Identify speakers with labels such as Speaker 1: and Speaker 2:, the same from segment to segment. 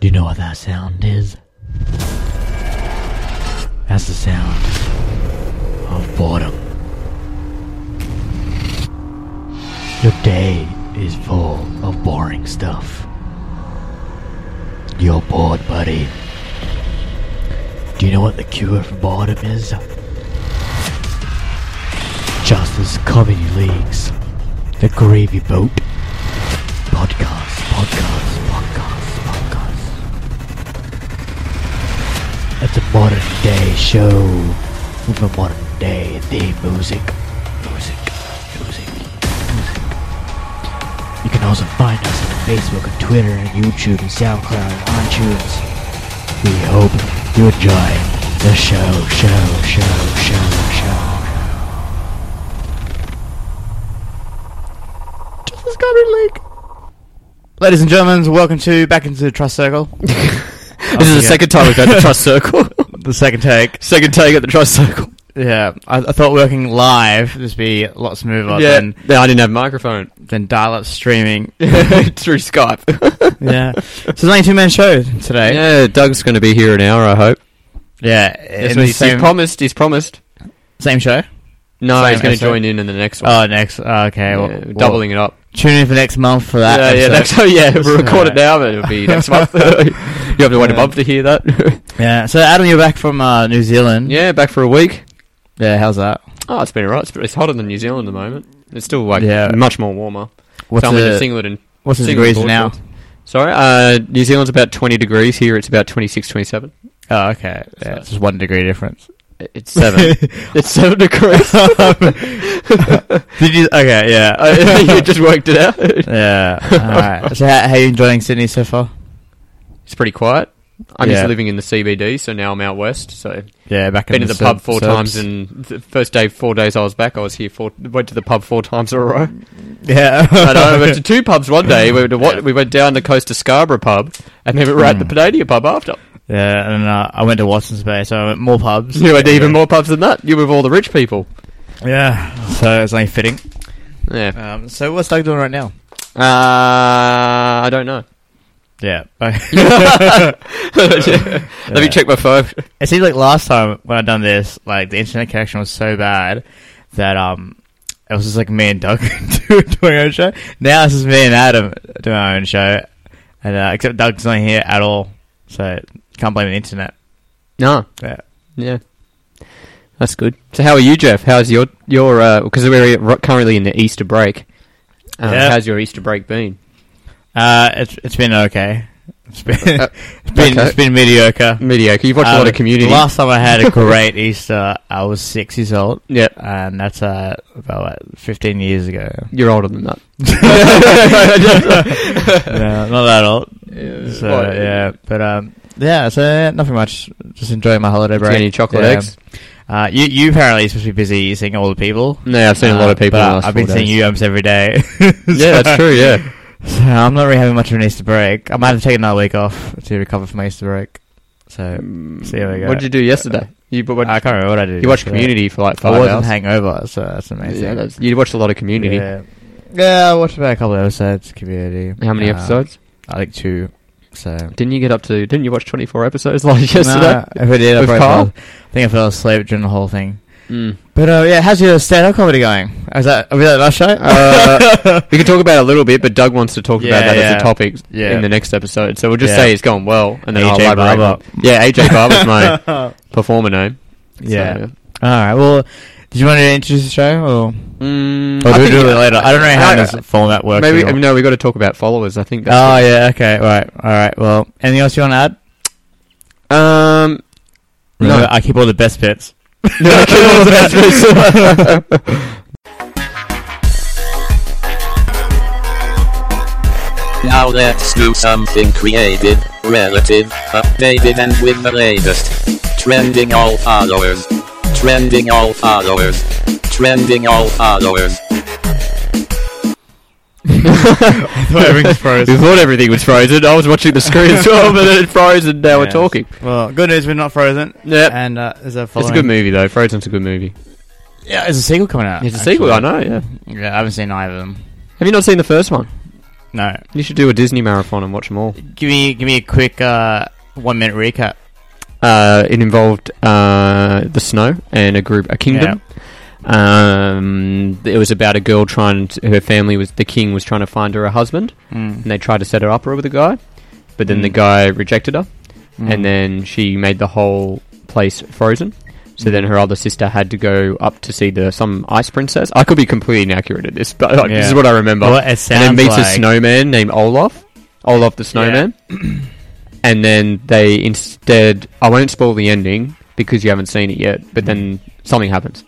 Speaker 1: Do you know what that sound is? That's the sound of boredom. Your day is full of boring stuff. You're bored, buddy. Do you know what the cure for boredom is? Justice Comedy League's The Gravy Boat Podcast, podcast, podcast, podcast. It's a modern day show with a modern day theme music. Music, music, music. You can also find us on Facebook and Twitter and YouTube and SoundCloud and iTunes. We hope you enjoy the show, show, show, show, show. Justice Comedy League.
Speaker 2: Ladies and gentlemen, welcome to back into the Trust Circle.
Speaker 3: This is the
Speaker 2: Yeah.
Speaker 3: second time we've had the trust circle.
Speaker 2: the second take.
Speaker 3: second take at the trust circle.
Speaker 2: Yeah, I, I thought working live would just be a lot smoother
Speaker 3: yeah.
Speaker 2: than,
Speaker 3: No, I didn't have a microphone.
Speaker 2: than dial-up streaming.
Speaker 3: Through Skype.
Speaker 2: yeah, so it's only two-man show today. Yeah,
Speaker 3: Yeah, Doug's going to be here an hour, I hope.
Speaker 2: yeah
Speaker 3: Yes,
Speaker 2: in the
Speaker 3: he's, he's
Speaker 2: same,
Speaker 3: promised. He's promised.
Speaker 2: same show.
Speaker 3: No,
Speaker 2: Same
Speaker 3: he's going to
Speaker 2: episode.
Speaker 3: join in in the next one.
Speaker 2: Oh, next. oh, okay,
Speaker 3: Yeah,
Speaker 2: well, well,
Speaker 3: doubling it up.
Speaker 2: Tune in for next month for that.
Speaker 3: yeah, yeah,
Speaker 2: episode.
Speaker 3: next, oh, yeah. We'll record it
Speaker 2: Yeah.
Speaker 3: now, but it'll be next month. you have to wait a
Speaker 2: Yeah.
Speaker 3: month to hear that.
Speaker 2: Yeah, So Adam, you're back from uh, New Zealand.
Speaker 3: yeah, back for a week.
Speaker 2: Yeah. How's that?
Speaker 3: Oh, it's been alright. It's, it's hotter than New Zealand at the moment. It's still like
Speaker 2: Yeah.
Speaker 3: much more warmer.
Speaker 2: What's
Speaker 3: Someone just
Speaker 2: the,
Speaker 3: singled in.
Speaker 2: what's the
Speaker 3: singled
Speaker 2: degrees
Speaker 3: board
Speaker 2: now?
Speaker 3: for us. Sorry, uh, New Zealand's about 20 degrees. Here it's about 26, 27.
Speaker 2: Oh, okay. Yeah, it's just one degree difference.
Speaker 3: It's seven. it's seven degrees.
Speaker 2: Did you? Okay. Yeah.
Speaker 3: you just worked it out.
Speaker 2: Yeah. All right. So, how, how are you enjoying Sydney so far?
Speaker 3: It's pretty quiet. I'm
Speaker 2: Yeah.
Speaker 3: used to living in the CBD, so now I'm out west. So
Speaker 2: Yeah, back
Speaker 3: been
Speaker 2: in
Speaker 3: to
Speaker 2: the
Speaker 3: the pub
Speaker 2: sub-
Speaker 3: four
Speaker 2: subs.
Speaker 3: times, and the first day, four days I was back, I was here. Four went to the pub four times in a row.
Speaker 2: yeah.
Speaker 3: I know, I went to two pubs one day. We went, to what, we went down the coast to Scarborough pub, and then we were at the Panania pub after.
Speaker 2: yeah, and uh, I went to Watson's Bay, so I went more pubs.
Speaker 3: You went to even more pubs than that. You were with all the rich people.
Speaker 2: Yeah, so it's only fitting.
Speaker 3: Yeah.
Speaker 2: Um, so what's Doug doing right now?
Speaker 3: Uh, I don't know.
Speaker 2: Yeah,
Speaker 3: Let me check my phone.
Speaker 2: it seems like last time when I done this, like the internet connection was so bad that um, it was just like me and Doug doing our own show. Now it's just me and Adam doing our own show, and uh, except Doug's not here at all, so can't blame the internet.
Speaker 3: No.
Speaker 2: Yeah.
Speaker 3: Yeah. That's good. So, how are you, Jeff? How's your your? Because we're ri- currently in the Easter break. Um,
Speaker 2: Yeah.
Speaker 3: How's your Easter break been?
Speaker 2: Uh, it's it's been okay. It's been
Speaker 3: Uh,
Speaker 2: it's been,
Speaker 3: okay.
Speaker 2: it's been mediocre.
Speaker 3: Mediocre. You've watched a
Speaker 2: Um,
Speaker 3: lot of Community.
Speaker 2: Last time I had a great Easter, I was six years old,
Speaker 3: yeah,
Speaker 2: and that's uh, about like, fifteen years ago. uh,
Speaker 3: you're older than that.
Speaker 2: yeah, not that old. So
Speaker 3: What?
Speaker 2: yeah, but um, yeah. So yeah, nothing much. Just enjoying my holiday
Speaker 3: Did you
Speaker 2: break.
Speaker 3: get any chocolate
Speaker 2: Yeah.
Speaker 3: eggs?
Speaker 2: Uh, you you apparently are supposed to be busy seeing all the people.
Speaker 3: No, I've seen a lot
Speaker 2: Uh,
Speaker 3: of people.
Speaker 2: but
Speaker 3: in the last
Speaker 2: I've been
Speaker 3: four
Speaker 2: seeing
Speaker 3: days.
Speaker 2: you almost every day.
Speaker 3: Yeah, that's
Speaker 2: So-
Speaker 3: true. Yeah,
Speaker 2: So I'm not really having much of an Easter break. I might have taken another week off to recover from my Easter break. So so here we go. Uh,
Speaker 3: What did Mm. you do yesterday? You but what,
Speaker 2: I can't remember what I did.
Speaker 3: you watched
Speaker 2: yesterday.
Speaker 3: Community for like
Speaker 2: I
Speaker 3: five
Speaker 2: wasn't
Speaker 3: hours.
Speaker 2: hangover, so that's amazing.
Speaker 3: yeah, that's, you watched a lot of Community.
Speaker 2: Yeah. Yeah, I watched about a couple of episodes. of Community.
Speaker 3: How many
Speaker 2: Uh,
Speaker 3: episodes?
Speaker 2: I think two. So
Speaker 3: Didn't you get up to? Didn't you watch 24 episodes like yesterday?
Speaker 2: Nah, if I did, I
Speaker 3: With
Speaker 2: probably
Speaker 3: Carl?
Speaker 2: fell- I think I fell asleep during the whole thing.
Speaker 3: Mm.
Speaker 2: But uh, yeah, how's your stand-up comedy going? Is that was that last show?
Speaker 3: Uh, we can talk about it a little bit, but Doug wants to talk
Speaker 2: Yeah,
Speaker 3: about that
Speaker 2: yeah.
Speaker 3: as a topic
Speaker 2: Yeah.
Speaker 3: in the next episode. So we'll just
Speaker 2: Yeah.
Speaker 3: say it's gone well, and then I'll
Speaker 2: AJ
Speaker 3: elaborate.
Speaker 2: Barber.
Speaker 3: Yeah, AJ Barber's my performer name. So,
Speaker 2: yeah. All right. Well, did you want to introduce the show, or,
Speaker 3: Mm,
Speaker 2: or
Speaker 3: I
Speaker 2: do we
Speaker 3: think-
Speaker 2: do it later? I don't know how
Speaker 3: I-
Speaker 2: this format works.
Speaker 3: Maybe
Speaker 2: at all.
Speaker 3: no. We got to talk about followers. I think.
Speaker 2: Oh
Speaker 3: That's
Speaker 2: yeah. Okay. All right. All right. Well, anything else you want to add?
Speaker 3: oh, um, No.
Speaker 2: Remember, I keep all the best bits.
Speaker 3: no, I keep all the best
Speaker 4: Now let's do something creative, relative, updated and with the latest. Trending all followers. Trending all followers. Trending all followers.
Speaker 2: Everything's frozen.
Speaker 3: we thought everything was frozen. I was watching the screen as well, but then it froze, and now we're
Speaker 2: Yes.
Speaker 3: talking.
Speaker 2: Well, good news, we're not frozen.
Speaker 3: Yep.
Speaker 2: And uh, is a
Speaker 3: It's a good movie though. Frozen's a good movie.
Speaker 2: Yeah, there's a sequel coming out.
Speaker 3: It's a sequel. I know. Yeah.
Speaker 2: Yeah, I haven't seen either of them.
Speaker 3: Have you not seen the first one?
Speaker 2: No.
Speaker 3: You should do a Disney marathon and watch them all.
Speaker 2: Give me give me a quick uh, one minute recap.
Speaker 3: Uh, it involved uh, the snow and a group, a kingdom. Um, it was about a girl trying. To, her family was the king was trying to find her a husband,
Speaker 2: Mm.
Speaker 3: and they tried to set her up with a guy, but then the
Speaker 2: Mm.
Speaker 3: guy rejected her,
Speaker 2: Mm.
Speaker 3: and then she made the whole place frozen. So then her other sister had to go up to see the some ice princess. I could be completely inaccurate at this, but like, this is
Speaker 2: Yeah.
Speaker 3: what I remember.
Speaker 2: Well, it
Speaker 3: and
Speaker 2: sounds
Speaker 3: then meets
Speaker 2: like
Speaker 3: a snowman named Olaf, Olaf the snowman, and then they instead. I won't spoil the ending because you haven't seen it yet. But then something happens.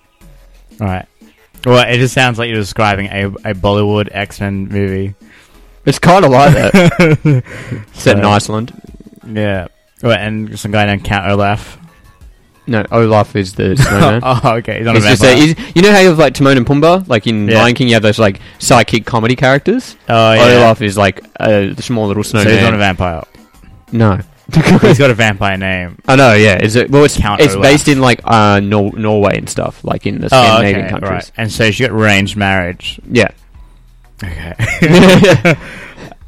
Speaker 2: Right. Well, it just sounds like you're describing a, a Bollywood X Men movie.
Speaker 3: It's kind of like that. Set in
Speaker 2: So-
Speaker 3: Iceland.
Speaker 2: Yeah. Right, and some guy named Count Olaf.
Speaker 3: No, Olaf is the snowman.
Speaker 2: oh, okay. He's not
Speaker 3: He's
Speaker 2: a
Speaker 3: just
Speaker 2: vampire.
Speaker 3: a- he's- you know how you have like Timon and Pumbaa, like in
Speaker 2: Yeah.
Speaker 3: Lion King, you have those like sidekick comedy characters.
Speaker 2: oh, yeah.
Speaker 3: Olaf is like a small little
Speaker 2: So
Speaker 3: snowman.
Speaker 2: he's not a vampire.
Speaker 3: no,
Speaker 2: he's got a vampire name.
Speaker 3: I know. Yeah, is it? Well, it's
Speaker 2: Count
Speaker 3: it's
Speaker 2: Olaf.
Speaker 3: based in like uh, Nor- Norway and stuff, like in the
Speaker 2: Oh,
Speaker 3: Scandinavian
Speaker 2: okay.
Speaker 3: countries.
Speaker 2: Right. And so she got arranged marriage.
Speaker 3: Yeah,
Speaker 2: Okay.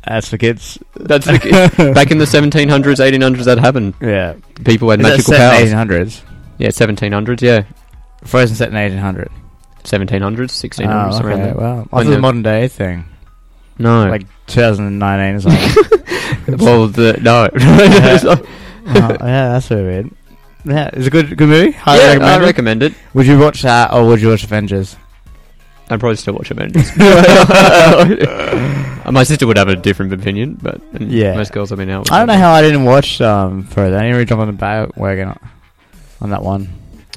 Speaker 2: That's for kids.
Speaker 3: that's the, back in the 1700s, 1800s. That happened.
Speaker 2: Yeah.
Speaker 3: People had
Speaker 2: Is that
Speaker 3: magical
Speaker 2: set
Speaker 3: powers.
Speaker 2: in 1800s.
Speaker 3: Yeah, 1700s. Yeah,
Speaker 2: Frozen set in 1800.
Speaker 3: 1700s, 1600s,
Speaker 2: Oh,
Speaker 3: around
Speaker 2: okay.
Speaker 3: there.
Speaker 2: Wow.
Speaker 3: When
Speaker 2: That's a
Speaker 3: the-
Speaker 2: modern day thing.
Speaker 3: No,
Speaker 2: Like 2019 or something.
Speaker 3: well, the, no.
Speaker 2: oh, yeah, that's so weird. Yeah, it's a good good movie. Highly
Speaker 3: yeah, I
Speaker 2: recommend it.
Speaker 3: recommend it.
Speaker 2: Would you watch that or would you watch Avengers?
Speaker 3: I'd probably still watch Avengers. My sister would have a different opinion, but and
Speaker 2: Yeah.
Speaker 3: most girls I've been out with.
Speaker 2: I don't know how I didn't watch um Frozen. I didn't really jump on the bandwagon on- on that one.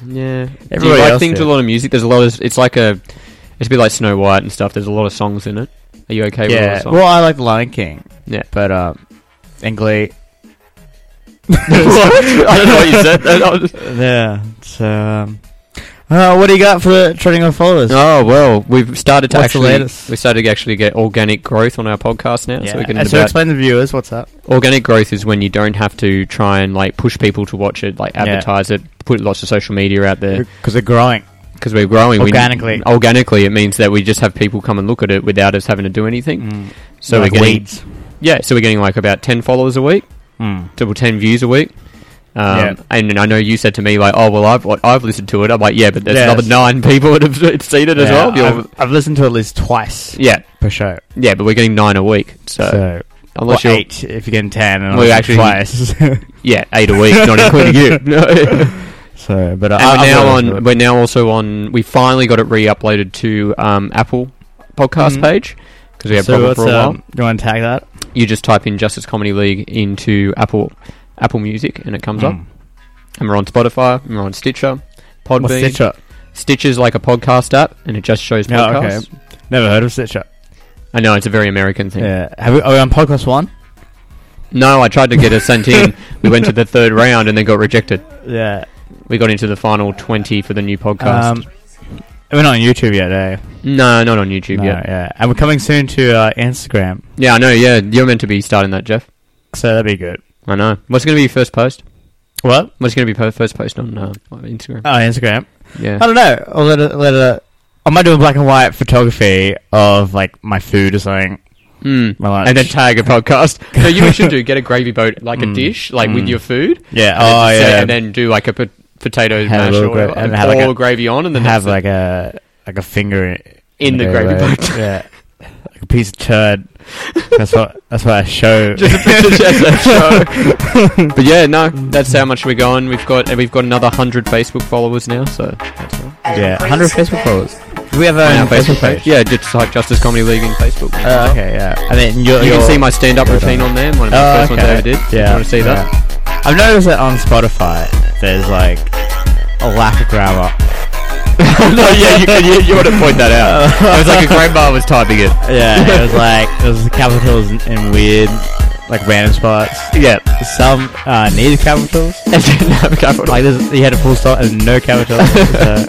Speaker 3: Yeah, do you
Speaker 2: Everybody
Speaker 3: like
Speaker 2: else
Speaker 3: things
Speaker 2: did.
Speaker 3: with a lot of music? There's a lot of. It's like a. It's a bit like Snow White and stuff. There's a lot of songs in it. Are you okay with all the
Speaker 2: yeah.
Speaker 3: songs?
Speaker 2: Well, I like The Lion King.
Speaker 3: Yeah.
Speaker 2: But um, and Glee.
Speaker 3: I don't know what you said. That- I was-
Speaker 2: Yeah. So um, uh, what do you got for trending on followers?
Speaker 3: Oh well, we've started to
Speaker 2: What's the
Speaker 3: actually
Speaker 2: latest?
Speaker 3: we started to actually get organic growth on our podcast now.
Speaker 2: yeah.
Speaker 3: So we can
Speaker 2: Uh, so
Speaker 3: about-
Speaker 2: explain to the viewers what's up.
Speaker 3: organic growth is when you don't have to try and like push people to watch it, like
Speaker 2: Yeah.
Speaker 3: advertise it, put lots of social media out there
Speaker 2: Because they're growing.
Speaker 3: because we're growing we-
Speaker 2: Organically.
Speaker 3: organically, it means that we just have people come and look at it without us having to do anything.
Speaker 2: Mm.
Speaker 3: So
Speaker 2: like
Speaker 3: we're getting
Speaker 2: weeds.
Speaker 3: yeah, so we're getting like about ten followers a week,
Speaker 2: Mm.
Speaker 3: double ten views a week. Um,
Speaker 2: Yeah.
Speaker 3: And I know you said to me like, "Oh well, I've what, I've listened to it." I'm like, "Yeah, but there's
Speaker 2: Yes.
Speaker 3: another nine people that have seen it as
Speaker 2: Yeah,
Speaker 3: well." You're-
Speaker 2: I've, I've listened to it at least twice
Speaker 3: yeah,
Speaker 2: per show.
Speaker 3: yeah, but we're getting nine a week. So,
Speaker 2: so
Speaker 3: unless
Speaker 2: or
Speaker 3: you're
Speaker 2: eight if you're getting ten, and
Speaker 3: Well,
Speaker 2: well,
Speaker 3: actually-
Speaker 2: actually twice.
Speaker 3: Yeah, eight a week, not including you. No. And
Speaker 2: so, but I,
Speaker 3: we're
Speaker 2: I-
Speaker 3: now
Speaker 2: I've
Speaker 3: on. We're now also on. We finally got it re-uploaded to um, Apple podcast
Speaker 2: Mhm.
Speaker 3: page because we had
Speaker 2: so
Speaker 3: problems
Speaker 2: what's
Speaker 3: for a while.
Speaker 2: um, do you want to tag that?
Speaker 3: You just type in Justice Comedy League into Apple Apple Music and it comes up.
Speaker 2: Mm.
Speaker 3: And we're on Spotify. And we're on Stitcher. Podbean.
Speaker 2: What's Stitcher?
Speaker 3: Stitcher's like a podcast app, and it just shows
Speaker 2: Yeah, okay.
Speaker 3: podcasts.
Speaker 2: Never heard of Stitcher.
Speaker 3: I know it's a very American thing.
Speaker 2: Yeah, have we, are we on podcast one?
Speaker 3: No, I tried to get us sent in. We went to the third round and then got rejected.
Speaker 2: Yeah,
Speaker 3: We got into the final twenty for the new podcast.
Speaker 2: um, we're not on YouTube yet, eh?
Speaker 3: no, not on YouTube
Speaker 2: No,
Speaker 3: yet.
Speaker 2: yeah, and we're coming soon to uh, Instagram,
Speaker 3: Yeah, I know. Yeah, you're meant to be starting that, Jeff.
Speaker 2: so that'd be good.
Speaker 3: I know. What's going to be your first post?
Speaker 2: What?
Speaker 3: What's going to be po- first post on uh, on Instagram?
Speaker 2: Oh, Instagram.
Speaker 3: yeah.
Speaker 2: I don't know. I'll let it, let
Speaker 3: uh,
Speaker 2: it, I might do a black and white photography of like my food or something.
Speaker 3: Mm.
Speaker 2: My lunch.
Speaker 3: And then tag a podcast. no, you know what you should do get a gravy boat, like a
Speaker 2: Mm.
Speaker 3: dish, like with
Speaker 2: Mm.
Speaker 3: your food.
Speaker 2: yeah,
Speaker 3: and
Speaker 2: oh
Speaker 3: then set it
Speaker 2: yeah,
Speaker 3: And then do like a po- potato
Speaker 2: Have a
Speaker 3: mash
Speaker 2: little
Speaker 3: or whatever,
Speaker 2: gra-
Speaker 3: and,
Speaker 2: and have, like,
Speaker 3: pour
Speaker 2: a-
Speaker 3: gravy on, and then
Speaker 2: have
Speaker 3: that's it.
Speaker 2: like a like a finger in,
Speaker 3: In the gravy boat.
Speaker 2: yeah, like a piece of turd. That's what that's what I show.
Speaker 3: Just a picture, just that show. But yeah, no, that's how much we're going. We've got and we've got another hundred Facebook followers now. So
Speaker 2: yeah, 100 Facebook followers. Do we have
Speaker 3: on
Speaker 2: a
Speaker 3: our um, Facebook page, yeah, just like Justice Comedy League in Facebook.
Speaker 2: Uh, okay, yeah. And then you're,
Speaker 3: You
Speaker 2: you're,
Speaker 3: can see my stand-up
Speaker 2: Well
Speaker 3: routine on there. One of the
Speaker 2: Oh,
Speaker 3: first ones I
Speaker 2: okay.
Speaker 3: ever did.
Speaker 2: Yeah,
Speaker 3: You want to see that?
Speaker 2: yeah. I've noticed that on Spotify, there's like a lack of grammar.
Speaker 3: no, yeah, you, can- you, you want to point that out. It was like a grandma was typing it.
Speaker 2: Yeah, it was like it was capitals and, and weird, like random spots.
Speaker 3: Yeah.
Speaker 2: Some uh, needed capitals.
Speaker 3: And um, didn't have a capital.
Speaker 2: Like this, he had a full stop and no capitals. so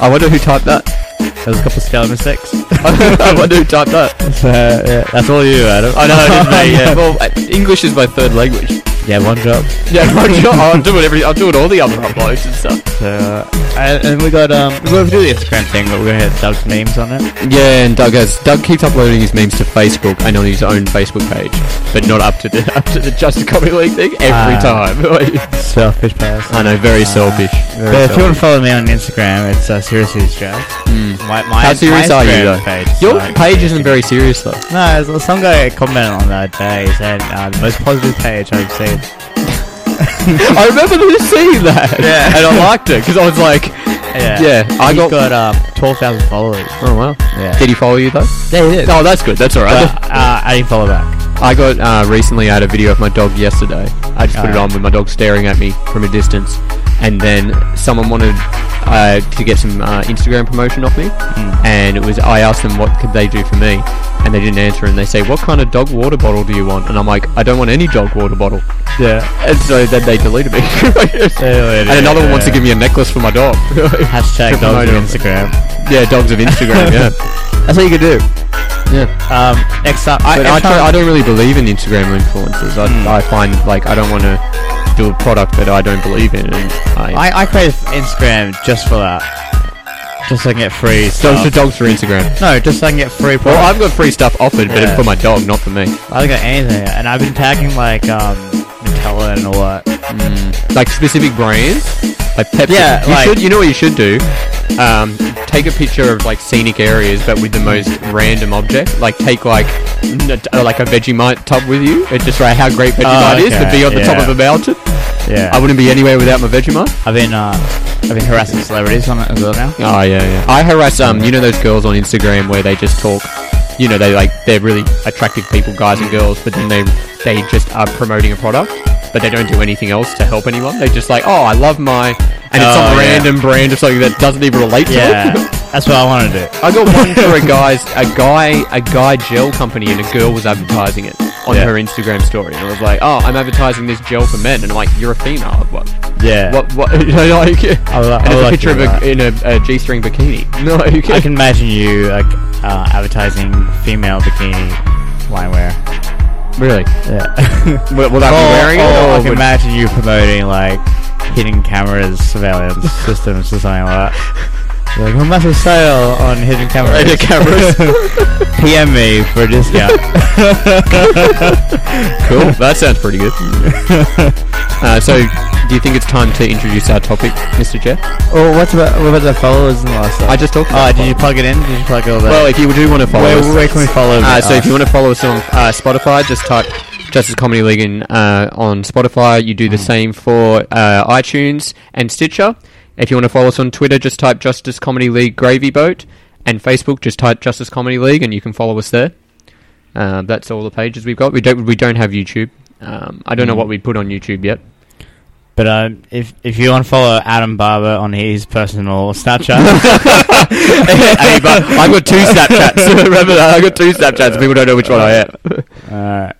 Speaker 3: I wonder who typed that.
Speaker 2: There's a couple of spelling mistakes.
Speaker 3: I wonder who typed that.
Speaker 2: So, yeah, that's all you, Adam.
Speaker 3: I know, it is me, yeah. Well, I- English is my third language.
Speaker 2: Yeah, one job.
Speaker 3: Yeah, my job. I'll do it every. I'll do it all the other uploads and stuff.
Speaker 2: So, uh, and, and we got um, we're gonna do the Instagram thing, but we're gonna have Doug's memes on it.
Speaker 3: Yeah, and Doug has Doug keeps uploading his memes to Facebook and on his own Facebook page, but not up to the up to the Just a Comedy League thing every
Speaker 2: Ah.
Speaker 3: time.
Speaker 2: Selfish person.
Speaker 3: I know, very
Speaker 2: Uh,
Speaker 3: selfish. Very
Speaker 2: But if you want
Speaker 3: selfish.
Speaker 2: to follow me on Instagram, it's uh, seriously Jack. My, my,
Speaker 3: Hmm. How serious
Speaker 2: my
Speaker 3: are you
Speaker 2: Instagram
Speaker 3: though?
Speaker 2: Page, is
Speaker 3: Your
Speaker 2: like-
Speaker 3: page isn't very serious though.
Speaker 2: No, there's- some guy commented on that day. He said uh, the most positive page I've seen.
Speaker 3: I remember seeing that.
Speaker 2: Yeah.
Speaker 3: and I liked it because I was like,
Speaker 2: Yeah,
Speaker 3: Yeah, I
Speaker 2: I
Speaker 3: got-
Speaker 2: got, got um, twelve thousand followers.
Speaker 3: oh wow.
Speaker 2: Yeah.
Speaker 3: Did he follow you though?
Speaker 2: Yeah, he did.
Speaker 3: Oh, that's good. That's all right.
Speaker 2: But, uh, I didn't follow back.
Speaker 3: I got uh, recently. I had a video of my dog yesterday. I just put it
Speaker 2: Ah.
Speaker 3: on with my dog staring at me from a distance, and then someone wanted uh, to get some uh, Instagram promotion off me, and it was I asked them what could they do for me, and they didn't answer, and they say, "What kind of dog water bottle do you want?" And I'm like, "I don't want any dog water bottle,"
Speaker 2: Yeah.
Speaker 3: and so then Uh, they deleted me. and another one wants to give me a necklace for my dog.
Speaker 2: Hashtag
Speaker 3: Triple
Speaker 2: dogs on
Speaker 3: Mojo.
Speaker 2: Instagram.
Speaker 3: yeah, dogs of Instagram. Yeah,
Speaker 2: That's what you could do.
Speaker 3: yeah.
Speaker 2: Um, next up,
Speaker 3: But Hmm. I,
Speaker 2: next
Speaker 3: try,
Speaker 2: time-
Speaker 3: I don't really believe in Instagram influencers. I, I find like I don't want to do a product that I don't believe in. And I,
Speaker 2: I, I created Instagram just for that. Just so I can get free
Speaker 3: dogs
Speaker 2: stuff.
Speaker 3: for dogs for Instagram.
Speaker 2: no, just so I can get free
Speaker 3: Well, I've
Speaker 2: products.
Speaker 3: got free stuff offered, but it's
Speaker 2: Yeah.
Speaker 3: for my dog, not for me.
Speaker 2: I don't got anything. And I've been tagging like um, Nutella and all that.
Speaker 3: Like specific brands, like Pepsi.
Speaker 2: Yeah,
Speaker 3: you
Speaker 2: like-
Speaker 3: should. You know what you should do? Um, take a picture of like scenic areas, but with the most random object. Like take like n- uh, like a Vegemite tub with you, and just write how great Vegemite is to
Speaker 2: Oh, okay,
Speaker 3: be on the top
Speaker 2: yeah.
Speaker 3: of a mountain.
Speaker 2: Yeah.
Speaker 3: I wouldn't be anywhere without my Vegemite.
Speaker 2: I've been uh, I've been harassing celebrities on it as well now.
Speaker 3: Oh yeah, yeah. I harass um, you know those girls on Instagram where they just talk. You know they like they're really attractive people, guys and girls, but then they they just are promoting a product, but they don't do anything else to help anyone. They just like, oh, I love my, and it's
Speaker 2: Oh, yeah.
Speaker 3: some random brand of something that doesn't even relate to
Speaker 2: Yeah.
Speaker 3: it.
Speaker 2: that's what I want to do.
Speaker 3: I got one for a guy's a guy a guy gel company and a girl was advertising it on
Speaker 2: Yeah.
Speaker 3: her Instagram story and it was like, oh, I'm advertising this gel for men, and I'm like, you're a female, what?
Speaker 2: Yeah.
Speaker 3: What? What? like,
Speaker 2: I li-
Speaker 3: and
Speaker 2: I
Speaker 3: it's a
Speaker 2: like
Speaker 3: picture of
Speaker 2: you
Speaker 3: a,
Speaker 2: like-
Speaker 3: in a, a g-string bikini. No, you
Speaker 2: I
Speaker 3: can.
Speaker 2: can imagine you like uh, advertising female bikini line wear.
Speaker 3: Really? Oh,
Speaker 2: Yeah.
Speaker 3: Will, will
Speaker 2: or,
Speaker 3: that be wearing it?
Speaker 2: or I can
Speaker 3: would-
Speaker 2: imagine you promoting like hidden cameras, surveillance systems, or something like that. You're like, "Oh, well, massive sale on Oh, hidden cameras.
Speaker 3: Hidden cameras.
Speaker 2: PM me for a discount.
Speaker 3: cool. That sounds pretty good. uh, so, do you think it's time to introduce our topic, Mr. Jeff?
Speaker 2: oh, what's about what about the followers and last stuff?
Speaker 3: I just talked.
Speaker 2: Oh,
Speaker 3: about
Speaker 2: did
Speaker 3: it.
Speaker 2: you plug it in? Did you plug all that?
Speaker 3: Well, if you do want to follow
Speaker 2: where,
Speaker 3: us,
Speaker 2: where can we follow?
Speaker 3: Uh, so if
Speaker 2: us?
Speaker 3: you want to follow us on uh, Spotify, just type Justice Comedy League in, uh, on Spotify. You do the same for uh, iTunes and Stitcher. If you want to follow us on Twitter, just type Justice Comedy League Gravy Boat. And Facebook, just type Justice Comedy League, and you can follow us there. Uh, that's all the pages we've got. We don't we don't have YouTube. Um, I don't know
Speaker 2: Mm.
Speaker 3: what we put on YouTube yet.
Speaker 2: but um, if if you want to follow Adam Barber on his personal Snapchat,
Speaker 3: Hey, but I've got two Snapchats. Remember that? I've got two Snapchats. People don't know which one I am.
Speaker 2: uh,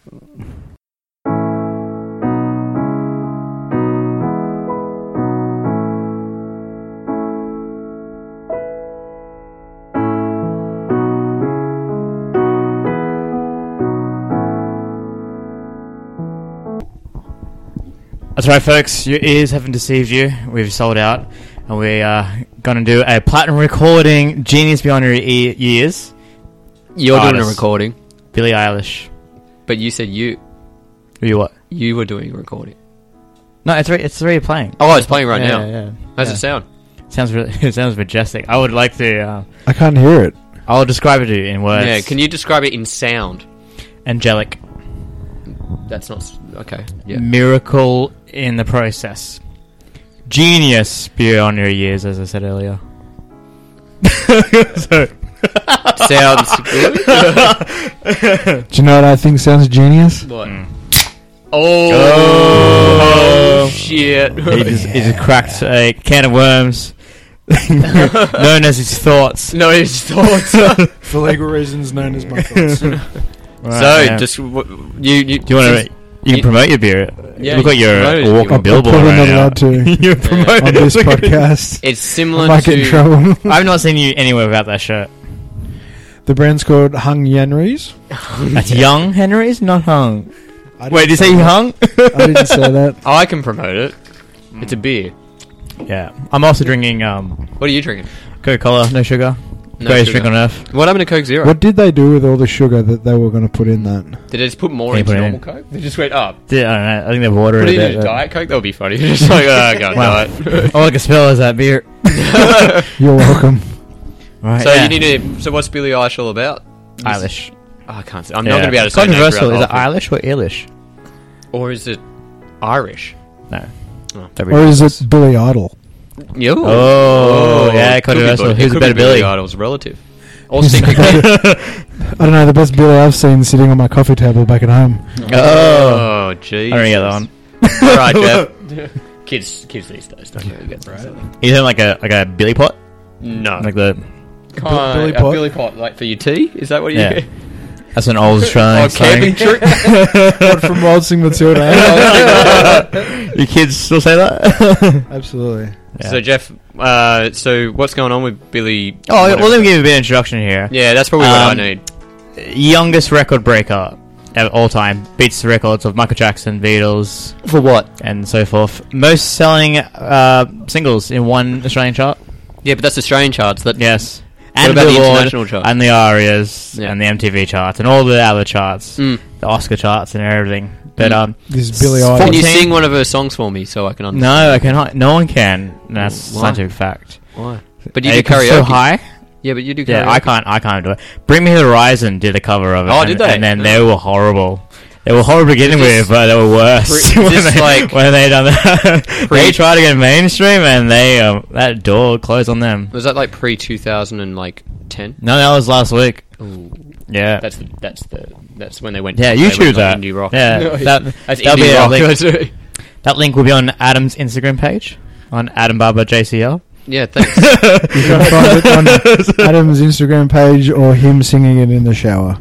Speaker 2: That's right, folks. Your ears haven't deceived you. We've sold out, and we're uh, going to do a platinum recording, Genius Beyond Your e- Years,
Speaker 3: You're doing a
Speaker 2: Artists.
Speaker 3: recording,
Speaker 2: Billie Eilish.
Speaker 3: but you said you
Speaker 2: Who you what?
Speaker 3: you were doing a recording.
Speaker 2: No, it's re- it's already playing
Speaker 3: Oh, it's playing right
Speaker 2: Yeah,
Speaker 3: now.
Speaker 2: Yeah,
Speaker 3: How's
Speaker 2: Yeah.
Speaker 3: it sound?
Speaker 2: Sounds really, it sounds majestic. I would like to. Uh,
Speaker 1: I can't hear it.
Speaker 2: I'll describe it to you in words.
Speaker 3: yeah, can you describe it in sound?
Speaker 2: Angelic
Speaker 3: That's not s- okay. Yeah.
Speaker 2: miracle in the process, genius beyond your years, as I said earlier. so,
Speaker 3: Sounds good.
Speaker 1: Do you know what I think sounds genius?
Speaker 3: What?
Speaker 2: Mm.
Speaker 3: Oh, oh, shit.
Speaker 2: he just, he just cracked a can of worms, known as his thoughts.
Speaker 3: no, it's thoughts. so,
Speaker 1: For legal reasons known as my thoughts.
Speaker 2: Right, yeah.
Speaker 3: just w- you, you.
Speaker 2: do you want to? You can promote your beer.
Speaker 3: Yeah,
Speaker 2: Look like
Speaker 3: you
Speaker 2: you're
Speaker 3: can promote it if
Speaker 2: a
Speaker 3: you
Speaker 2: walking
Speaker 3: want.
Speaker 2: billboard
Speaker 1: I'm probably
Speaker 2: right
Speaker 1: not
Speaker 2: now.
Speaker 1: allowed to.
Speaker 2: you're promoted
Speaker 1: on this podcast.
Speaker 3: It's
Speaker 1: I
Speaker 3: similar
Speaker 1: might
Speaker 3: to.
Speaker 1: get in trouble.
Speaker 2: I've not seen you anywhere without that shirt.
Speaker 1: the brand's called Hung Yanries.
Speaker 2: That's young Henry's, not hung.
Speaker 5: I
Speaker 2: Wait, did you say
Speaker 5: didn't say
Speaker 2: you hung?
Speaker 5: that. I didn't say that.
Speaker 3: Oh, I can promote it.
Speaker 2: Mm.
Speaker 3: It's a beer.
Speaker 2: yeah. I'm also drinking um,
Speaker 3: What are you drinking?
Speaker 2: Coca Cola, no sugar.
Speaker 3: No
Speaker 2: Greatest
Speaker 3: sugar.
Speaker 2: drink on earth.
Speaker 3: What happened to Coke Zero?
Speaker 5: What did they do with all the sugar that they were going to put in that?
Speaker 3: Did they just put more
Speaker 2: They
Speaker 3: into
Speaker 2: put it
Speaker 3: normal
Speaker 2: in.
Speaker 3: Coke? They just went up.
Speaker 2: Yeah, I don't know. I think they've watered
Speaker 3: Put
Speaker 2: it. a
Speaker 3: it in
Speaker 2: bit.
Speaker 3: Diet Coke? That would be funny. just like, oh, God,
Speaker 2: Wow. Oh.
Speaker 3: diet.
Speaker 2: All I can spell is that beer.
Speaker 5: You're welcome.
Speaker 2: Right.
Speaker 3: so
Speaker 2: yeah.
Speaker 3: you need to. So what's Billy Eilish all about?
Speaker 2: Eilish.
Speaker 3: Oh, I can't. Say, I'm
Speaker 2: Yeah.
Speaker 3: not going to be able to say
Speaker 2: Controversial.
Speaker 3: Name
Speaker 2: Is it
Speaker 3: throughout the whole
Speaker 2: Eilish or Eilish?
Speaker 3: thing. Or is it Irish?
Speaker 2: No.
Speaker 3: Oh.
Speaker 2: That'd be
Speaker 5: or
Speaker 2: ridiculous.
Speaker 5: is it Billy Idol?
Speaker 3: Yo.
Speaker 2: Oh, yeah,
Speaker 3: It could be
Speaker 2: controversial.
Speaker 3: Billy- it
Speaker 2: Who's
Speaker 3: could
Speaker 2: a better
Speaker 3: be Billy
Speaker 2: Billy?
Speaker 3: Idol's relative. Or Secret
Speaker 2: Oh.
Speaker 3: Kid.
Speaker 5: I don't know. The best Billy I've seen sitting on my coffee table back at home.
Speaker 2: Oh.
Speaker 3: Oh, jeez.
Speaker 2: I don't get that one.
Speaker 3: All right, Jeff. kids, kids these days don't know who gets right.
Speaker 2: He's in like a like a billy pot,
Speaker 3: No.
Speaker 2: like the
Speaker 3: Kind-
Speaker 5: Billy
Speaker 3: a
Speaker 5: Pot?
Speaker 3: Billy Pot, uh, like for your tea? Is that what you
Speaker 2: Yeah.
Speaker 3: get?
Speaker 2: that's an old Australian
Speaker 3: Oh, camping
Speaker 2: slang.
Speaker 3: trip?
Speaker 5: Not from Waltzing Matilda.
Speaker 2: Your kids still say that?
Speaker 5: Absolutely.
Speaker 2: Yeah.
Speaker 3: So, Jeff, uh, so what's going on with Billy?
Speaker 2: oh, yeah,
Speaker 3: whatever?
Speaker 2: well, let me give you a bit of introduction here.
Speaker 3: Yeah, that's probably what I
Speaker 2: Um,
Speaker 3: need.
Speaker 2: Youngest record breaker of all time beats the records of Michael Jackson, Beatles,
Speaker 3: For what?
Speaker 2: and so forth. Most selling uh, singles in one Australian chart.
Speaker 3: Yeah, but that's Australian charts. That
Speaker 2: Yes.
Speaker 3: about the
Speaker 2: Billboard,
Speaker 3: international chart?
Speaker 2: And the Arias,
Speaker 3: Yeah.
Speaker 2: and the MTV charts, and all the other charts,
Speaker 3: Mm.
Speaker 2: the Oscar charts, and everything. But
Speaker 3: Mm.
Speaker 2: um,
Speaker 5: This is Billy
Speaker 2: s-
Speaker 5: Idol.
Speaker 3: Can you
Speaker 2: 14
Speaker 3: sing one of her songs for me so I can understand?
Speaker 2: No, I cannot. No one can. That's
Speaker 3: Why?
Speaker 2: scientific fact.
Speaker 3: Why? But you do
Speaker 2: Because
Speaker 3: karaoke.
Speaker 2: it's So high.
Speaker 3: Yeah, but you do karaoke.
Speaker 2: Yeah, I can't. I can't do it. Bring Me the Horizon did a cover of it.
Speaker 3: Oh,
Speaker 2: and,
Speaker 3: did they?
Speaker 2: And then
Speaker 3: No.
Speaker 2: they were horrible. They were horrible to begin with, but they were worse
Speaker 3: Pre-
Speaker 2: when,
Speaker 3: just
Speaker 2: they,
Speaker 3: like-
Speaker 2: when they done that. they
Speaker 3: Pre-
Speaker 2: tried to get mainstream, and they um, that door closed on them.
Speaker 3: Was that like pre two thousand and like ten?
Speaker 2: No, that was last week.
Speaker 3: Ooh,
Speaker 2: Yeah,
Speaker 3: that's the that's the that's when they went.
Speaker 2: yeah.
Speaker 3: they
Speaker 2: You
Speaker 3: went
Speaker 2: choose that.
Speaker 3: on Indie rock.
Speaker 2: Yeah,
Speaker 3: No,
Speaker 2: that,
Speaker 3: that's
Speaker 2: that'll be
Speaker 3: indie
Speaker 2: our
Speaker 3: rock.
Speaker 2: link.
Speaker 3: that's right.
Speaker 2: That link will be on Adam's Instagram page on Adam Barber JCL.
Speaker 3: yeah, thanks.
Speaker 5: You can find it on Adam's Instagram page or him singing it in the shower.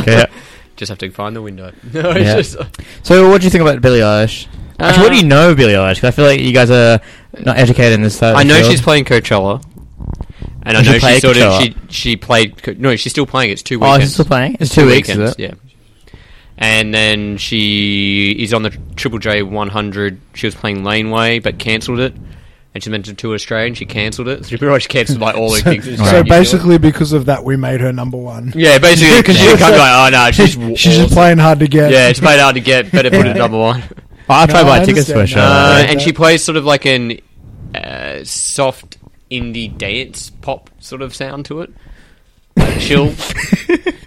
Speaker 2: Okay.
Speaker 3: just have to find the window. No,
Speaker 2: Yeah.
Speaker 3: it's just,
Speaker 2: So, what do you think about Billie Eilish? Actually,
Speaker 3: Uh,
Speaker 2: what do you know of Billie Eilish? 'Cause I feel like you guys are not educated in this. side of
Speaker 3: I
Speaker 2: the
Speaker 3: know
Speaker 2: field.
Speaker 3: she's playing Coachella, and I
Speaker 2: She
Speaker 3: know she
Speaker 2: played
Speaker 3: sort of she
Speaker 2: Coachella.
Speaker 3: she played. Co- No, she's still playing. It's two
Speaker 2: Oh,
Speaker 3: weekends.
Speaker 2: she's still playing. It's two, weeks. Is it?
Speaker 3: Yeah. And then she is on the Triple J 100. She was playing Laneway, but cancelled it. And she's meant to tour Australia, and she cancelled it. So pretty much cancelled like all the
Speaker 5: So,
Speaker 3: things. in
Speaker 5: so
Speaker 3: Australia and New Zealand.
Speaker 5: basically, because of that, we made her number one.
Speaker 3: yeah, basically, because she
Speaker 5: Yeah.
Speaker 3: can't go. Oh no, she's
Speaker 5: She's, just
Speaker 3: awesome."
Speaker 5: playing hard to get.
Speaker 3: Yeah, it's made hard to get. Better put it number one.
Speaker 2: Oh, I'll try to
Speaker 5: No,
Speaker 2: buy
Speaker 5: I
Speaker 2: tickets for
Speaker 5: understand
Speaker 2: sure.
Speaker 5: that.
Speaker 3: Uh,
Speaker 5: Yeah.
Speaker 3: and she plays sort of like an uh, soft indie dance pop sort of sound to it. Like chill.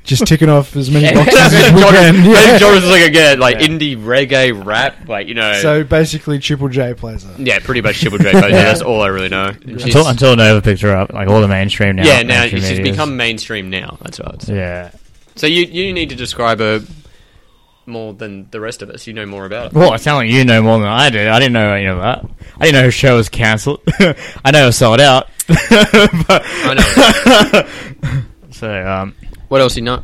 Speaker 5: just ticking off as many boxes as we can.
Speaker 3: Jordan's
Speaker 5: Yeah.
Speaker 3: Jordan's like again, like indie reggae rap, like you know.
Speaker 5: So basically, Triple J plays her.
Speaker 3: Yeah, pretty much Triple J Bozo. That's all I really know. And she's-
Speaker 2: until, until Nova picked her up, like all the mainstream now.
Speaker 3: yeah, now
Speaker 2: mainstream
Speaker 3: she's
Speaker 2: medias.
Speaker 3: become mainstream now. That's right.
Speaker 2: Yeah.
Speaker 3: So you you need to describe her more than the rest of us. You know more about it.
Speaker 2: Well, it sounds like you know more than I do. I didn't know any of that. I didn't know her show was cancelled. I know it was sold out. but,
Speaker 3: I
Speaker 2: so, um,
Speaker 3: What else you know?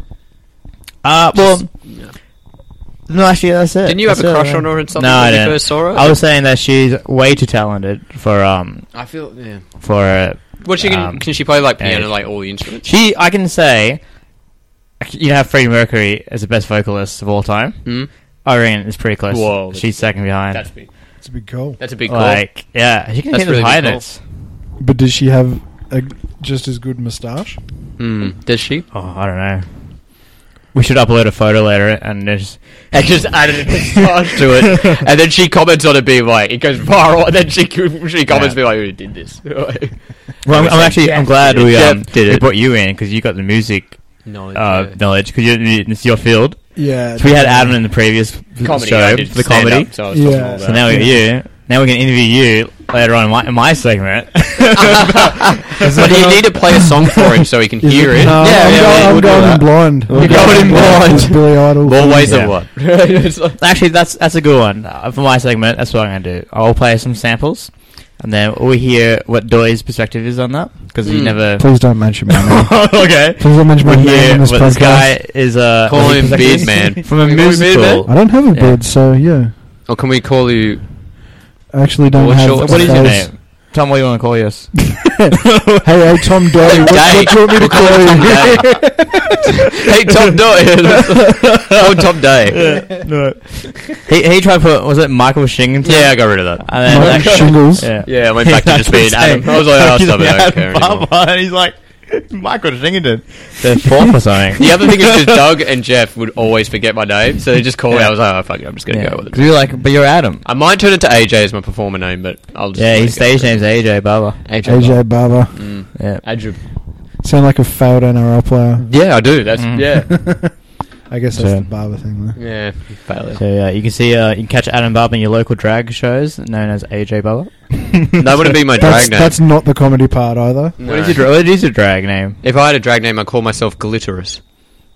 Speaker 2: uh, well, no, actually, that's it.
Speaker 3: Didn't you have
Speaker 2: That's
Speaker 3: a
Speaker 2: it,
Speaker 3: crush
Speaker 2: man.
Speaker 3: on her at something
Speaker 2: No, I
Speaker 3: when you
Speaker 2: didn't.
Speaker 3: first saw her?
Speaker 2: I was saying that she's way too talented for um
Speaker 3: I feel yeah.
Speaker 2: for uh,
Speaker 3: What she can
Speaker 2: Um,
Speaker 3: can she play like piano
Speaker 2: yeah.
Speaker 3: like all the instruments?
Speaker 2: She, I can say, you know, Freddie Mercury is the best vocalist of all time.
Speaker 3: Hmm?
Speaker 2: Irene is pretty close.
Speaker 3: Whoa.
Speaker 2: She's second behind.
Speaker 3: That's big.
Speaker 5: It's a big call.
Speaker 3: That's a big call.
Speaker 2: like, yeah, she can
Speaker 3: That's
Speaker 2: hit the
Speaker 3: really
Speaker 2: high
Speaker 3: cool.
Speaker 2: notes.
Speaker 5: But does she have a just as good moustache?
Speaker 3: Hmm, Does she?
Speaker 2: Oh, I don't know. We should upload a photo later and then just
Speaker 3: and just added a massage to it. And then she comments on it being like, it goes viral. And then she she comments being like, who did this?
Speaker 2: well, I'm, I'm actually I'm glad we
Speaker 3: Jeff
Speaker 2: um,
Speaker 3: did
Speaker 2: we
Speaker 3: it.
Speaker 2: brought you in because you got the music
Speaker 3: no,
Speaker 2: uh, knowledge because it's your field.
Speaker 5: Yeah.
Speaker 2: So we had Adam in the previous
Speaker 3: comedy. I
Speaker 2: show
Speaker 3: did
Speaker 2: for the
Speaker 3: stand
Speaker 2: comedy.
Speaker 3: up, so I was
Speaker 5: Yeah.
Speaker 3: talking all
Speaker 2: So
Speaker 3: about
Speaker 2: now
Speaker 3: it.
Speaker 2: we got you. Now we can interview you later on in my, in my segment.
Speaker 3: but you need to play a song for him so he can hear it.
Speaker 5: No, I'm,
Speaker 3: yeah,
Speaker 5: go-
Speaker 3: we'll-
Speaker 5: I'm
Speaker 3: we'll do
Speaker 5: going
Speaker 3: that.
Speaker 5: in blind. You're
Speaker 3: going in blind.
Speaker 5: Billy Idol.
Speaker 3: More ways than
Speaker 2: Yeah.
Speaker 3: one.
Speaker 2: Actually, that's that's a good one uh, for my segment. That's what I'm going to do. I'll play some samples, and then we'll hear what Doy's perspective is on that because he
Speaker 3: Mm.
Speaker 2: never.
Speaker 5: Please don't mention my name.
Speaker 2: okay.
Speaker 5: Please don't mention my
Speaker 2: We'll
Speaker 5: name
Speaker 2: hear
Speaker 5: in
Speaker 2: what
Speaker 5: this
Speaker 2: this
Speaker 5: podcast.
Speaker 2: guy is. Uh,
Speaker 3: Call
Speaker 2: what his
Speaker 3: him
Speaker 2: perspective is
Speaker 3: Beard Man.
Speaker 2: from a
Speaker 3: Call him Beard
Speaker 2: musical.
Speaker 5: I don't have a
Speaker 2: Yeah.
Speaker 5: beard, so yeah.
Speaker 3: Or can we call you?
Speaker 5: I actually don't
Speaker 3: Well,
Speaker 5: have.
Speaker 3: sure.
Speaker 5: a
Speaker 2: What is your
Speaker 5: face.
Speaker 2: name? Tell me what you want to call us.
Speaker 5: hey, hey, Tom Dory, what,
Speaker 3: Day.
Speaker 5: what do you want me to call you?
Speaker 3: hey, Tom Doy. oh, Tom Day.
Speaker 2: no. He, he tried to put, was it Michael Shington?
Speaker 3: Yeah, I got rid of that.
Speaker 2: And then
Speaker 5: Mike Shingles.
Speaker 2: Yeah.
Speaker 3: Yeah, I went back to just being Adam. I was like, oh, stop it, I don't care anymore.
Speaker 2: And he's like, Michael Shington. They're fourth or something.
Speaker 3: The other thing is just Doug and Jeff would always forget my name, so they just call me. I was like, oh, fuck it, I'm just going to
Speaker 2: Yeah.
Speaker 3: go with it.
Speaker 2: 'Cause you're like, but you're Adam.
Speaker 3: I might turn it to AJ as my performer name, but I'll just.
Speaker 2: Yeah,
Speaker 3: let it Mm.
Speaker 2: his
Speaker 3: go.
Speaker 2: stage name's AJ Baba.
Speaker 5: AJ Barber.
Speaker 2: Yeah.
Speaker 3: Adjib.
Speaker 5: Sound like a failed NRL player.
Speaker 3: Yeah, I do. That's
Speaker 2: Mm.
Speaker 3: yeah,
Speaker 5: I guess that's
Speaker 2: So-
Speaker 5: the Barber thing, though.
Speaker 3: yeah. Failure.
Speaker 2: So yeah, you can see uh, you can catch Adam Baba in your local drag shows known as AJ Baba.
Speaker 3: That wouldn't be my
Speaker 5: That's,
Speaker 3: drag name. Mm.
Speaker 5: that's not the comedy part either.
Speaker 3: No.
Speaker 2: What is your dra- what is your drag name?
Speaker 3: If I had a drag name, I'd call myself Glitterous.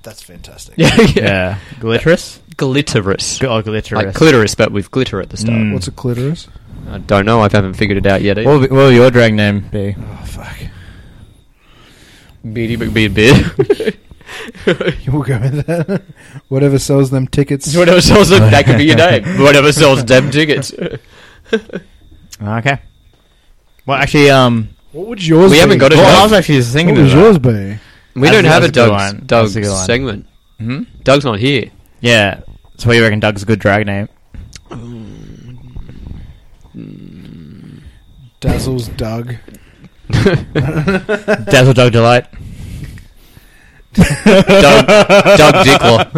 Speaker 5: That's fantastic.
Speaker 3: yeah,
Speaker 2: Yeah, glitterous.
Speaker 3: Glitterous.
Speaker 2: G- oh, glitterous.
Speaker 3: Like clitoris, but with glitter at the start.
Speaker 2: Mm.
Speaker 5: What's a clitoris?
Speaker 3: I don't know. I haven't figured it out yet.
Speaker 2: what, would, what would your drag name be?
Speaker 5: Oh, fuck.
Speaker 3: Beady McBeard Beard.
Speaker 5: You'll go with that. Whatever sells them tickets.
Speaker 3: Whatever sells them, that could be your name. Whatever sells them tickets.
Speaker 2: Okay. Well, actually, um,
Speaker 5: What would yours
Speaker 3: We
Speaker 5: be?
Speaker 3: haven't got it.
Speaker 2: well,
Speaker 3: Doug-
Speaker 2: I was actually just
Speaker 5: What
Speaker 2: thinking
Speaker 5: would
Speaker 2: of
Speaker 5: yours be?
Speaker 3: We
Speaker 2: That's-
Speaker 3: don't have
Speaker 2: that's
Speaker 3: a
Speaker 2: a good one.
Speaker 3: Doug's,
Speaker 2: That's
Speaker 3: Doug's
Speaker 2: a good one.
Speaker 3: segment.
Speaker 2: that. Hmm?
Speaker 3: Doug's not here.
Speaker 2: Yeah. So what do you reckon Doug's a good drag name?
Speaker 5: Dazzles Doug.
Speaker 2: Dazzle Doug Delight.
Speaker 3: Doug, Doug Dickler.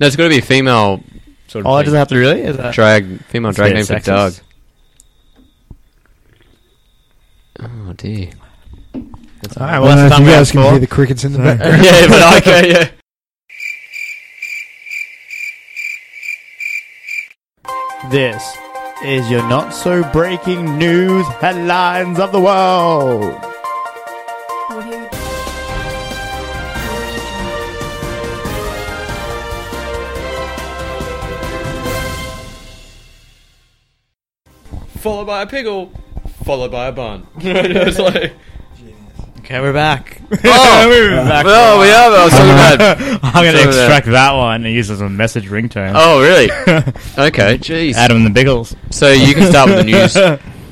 Speaker 3: no, it's got to be a female sort
Speaker 2: Oh,
Speaker 3: of
Speaker 2: it doesn't
Speaker 3: thing.
Speaker 2: have to really. Is that?
Speaker 3: drag female
Speaker 2: It's a
Speaker 3: drag
Speaker 2: bit
Speaker 3: name for
Speaker 2: sexist.
Speaker 3: Doug. Oh dear.
Speaker 2: All right.
Speaker 5: I
Speaker 2: Well,
Speaker 5: don't know
Speaker 2: that's
Speaker 5: if
Speaker 2: the time
Speaker 5: you
Speaker 2: we have
Speaker 5: guys can hear
Speaker 2: for.
Speaker 5: the crickets in the
Speaker 2: Sorry.
Speaker 5: background.
Speaker 3: yeah, but I okay, yeah.
Speaker 2: This is your not so breaking news headlines of the world.
Speaker 3: Followed by a pickle, followed by a bun. it's like,
Speaker 2: Okay, we're back.
Speaker 3: Oh!
Speaker 2: we're back.
Speaker 3: well, we have. I was talking about.
Speaker 2: I'm going to
Speaker 3: So, uh,
Speaker 2: extract that one and use it as a message ringtone.
Speaker 3: Oh, really? Okay, jeez.
Speaker 2: Adam and the Biggles.
Speaker 3: So you can start with the news.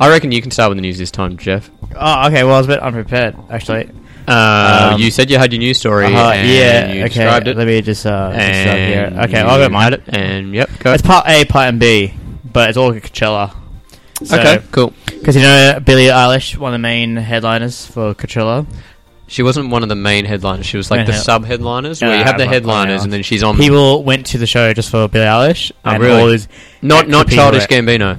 Speaker 3: I reckon you can start with the news this time, Jeff.
Speaker 2: Oh, okay. Well, I was a bit unprepared, actually.
Speaker 3: Uh,
Speaker 2: Um,
Speaker 3: you said you had your news story.
Speaker 2: Uh-huh,
Speaker 3: and
Speaker 2: yeah.
Speaker 3: You
Speaker 2: okay.
Speaker 3: described it.
Speaker 2: Let me just. Uh, just start
Speaker 3: and
Speaker 2: here. Okay.
Speaker 3: you
Speaker 2: I'll go mine.
Speaker 3: had it. And yep, go.
Speaker 2: It's part A, part and B, but it's all Coachella.
Speaker 3: okay, cool.
Speaker 2: Because you know Billie Eilish, one of the main headliners for Coachella.
Speaker 3: She wasn't one of the main headliners. She was like
Speaker 2: Main
Speaker 3: the
Speaker 2: head- Ah,
Speaker 3: sub headliners.
Speaker 2: Yeah,
Speaker 3: where you
Speaker 2: I
Speaker 3: have the
Speaker 2: have my-
Speaker 3: headliners, and then she's on.
Speaker 2: People went to the show just for Billie Eilish.
Speaker 3: Um, Oh,
Speaker 2: and
Speaker 3: really?
Speaker 2: all these,
Speaker 3: not not
Speaker 2: people
Speaker 3: childish
Speaker 2: that-
Speaker 3: Gambino.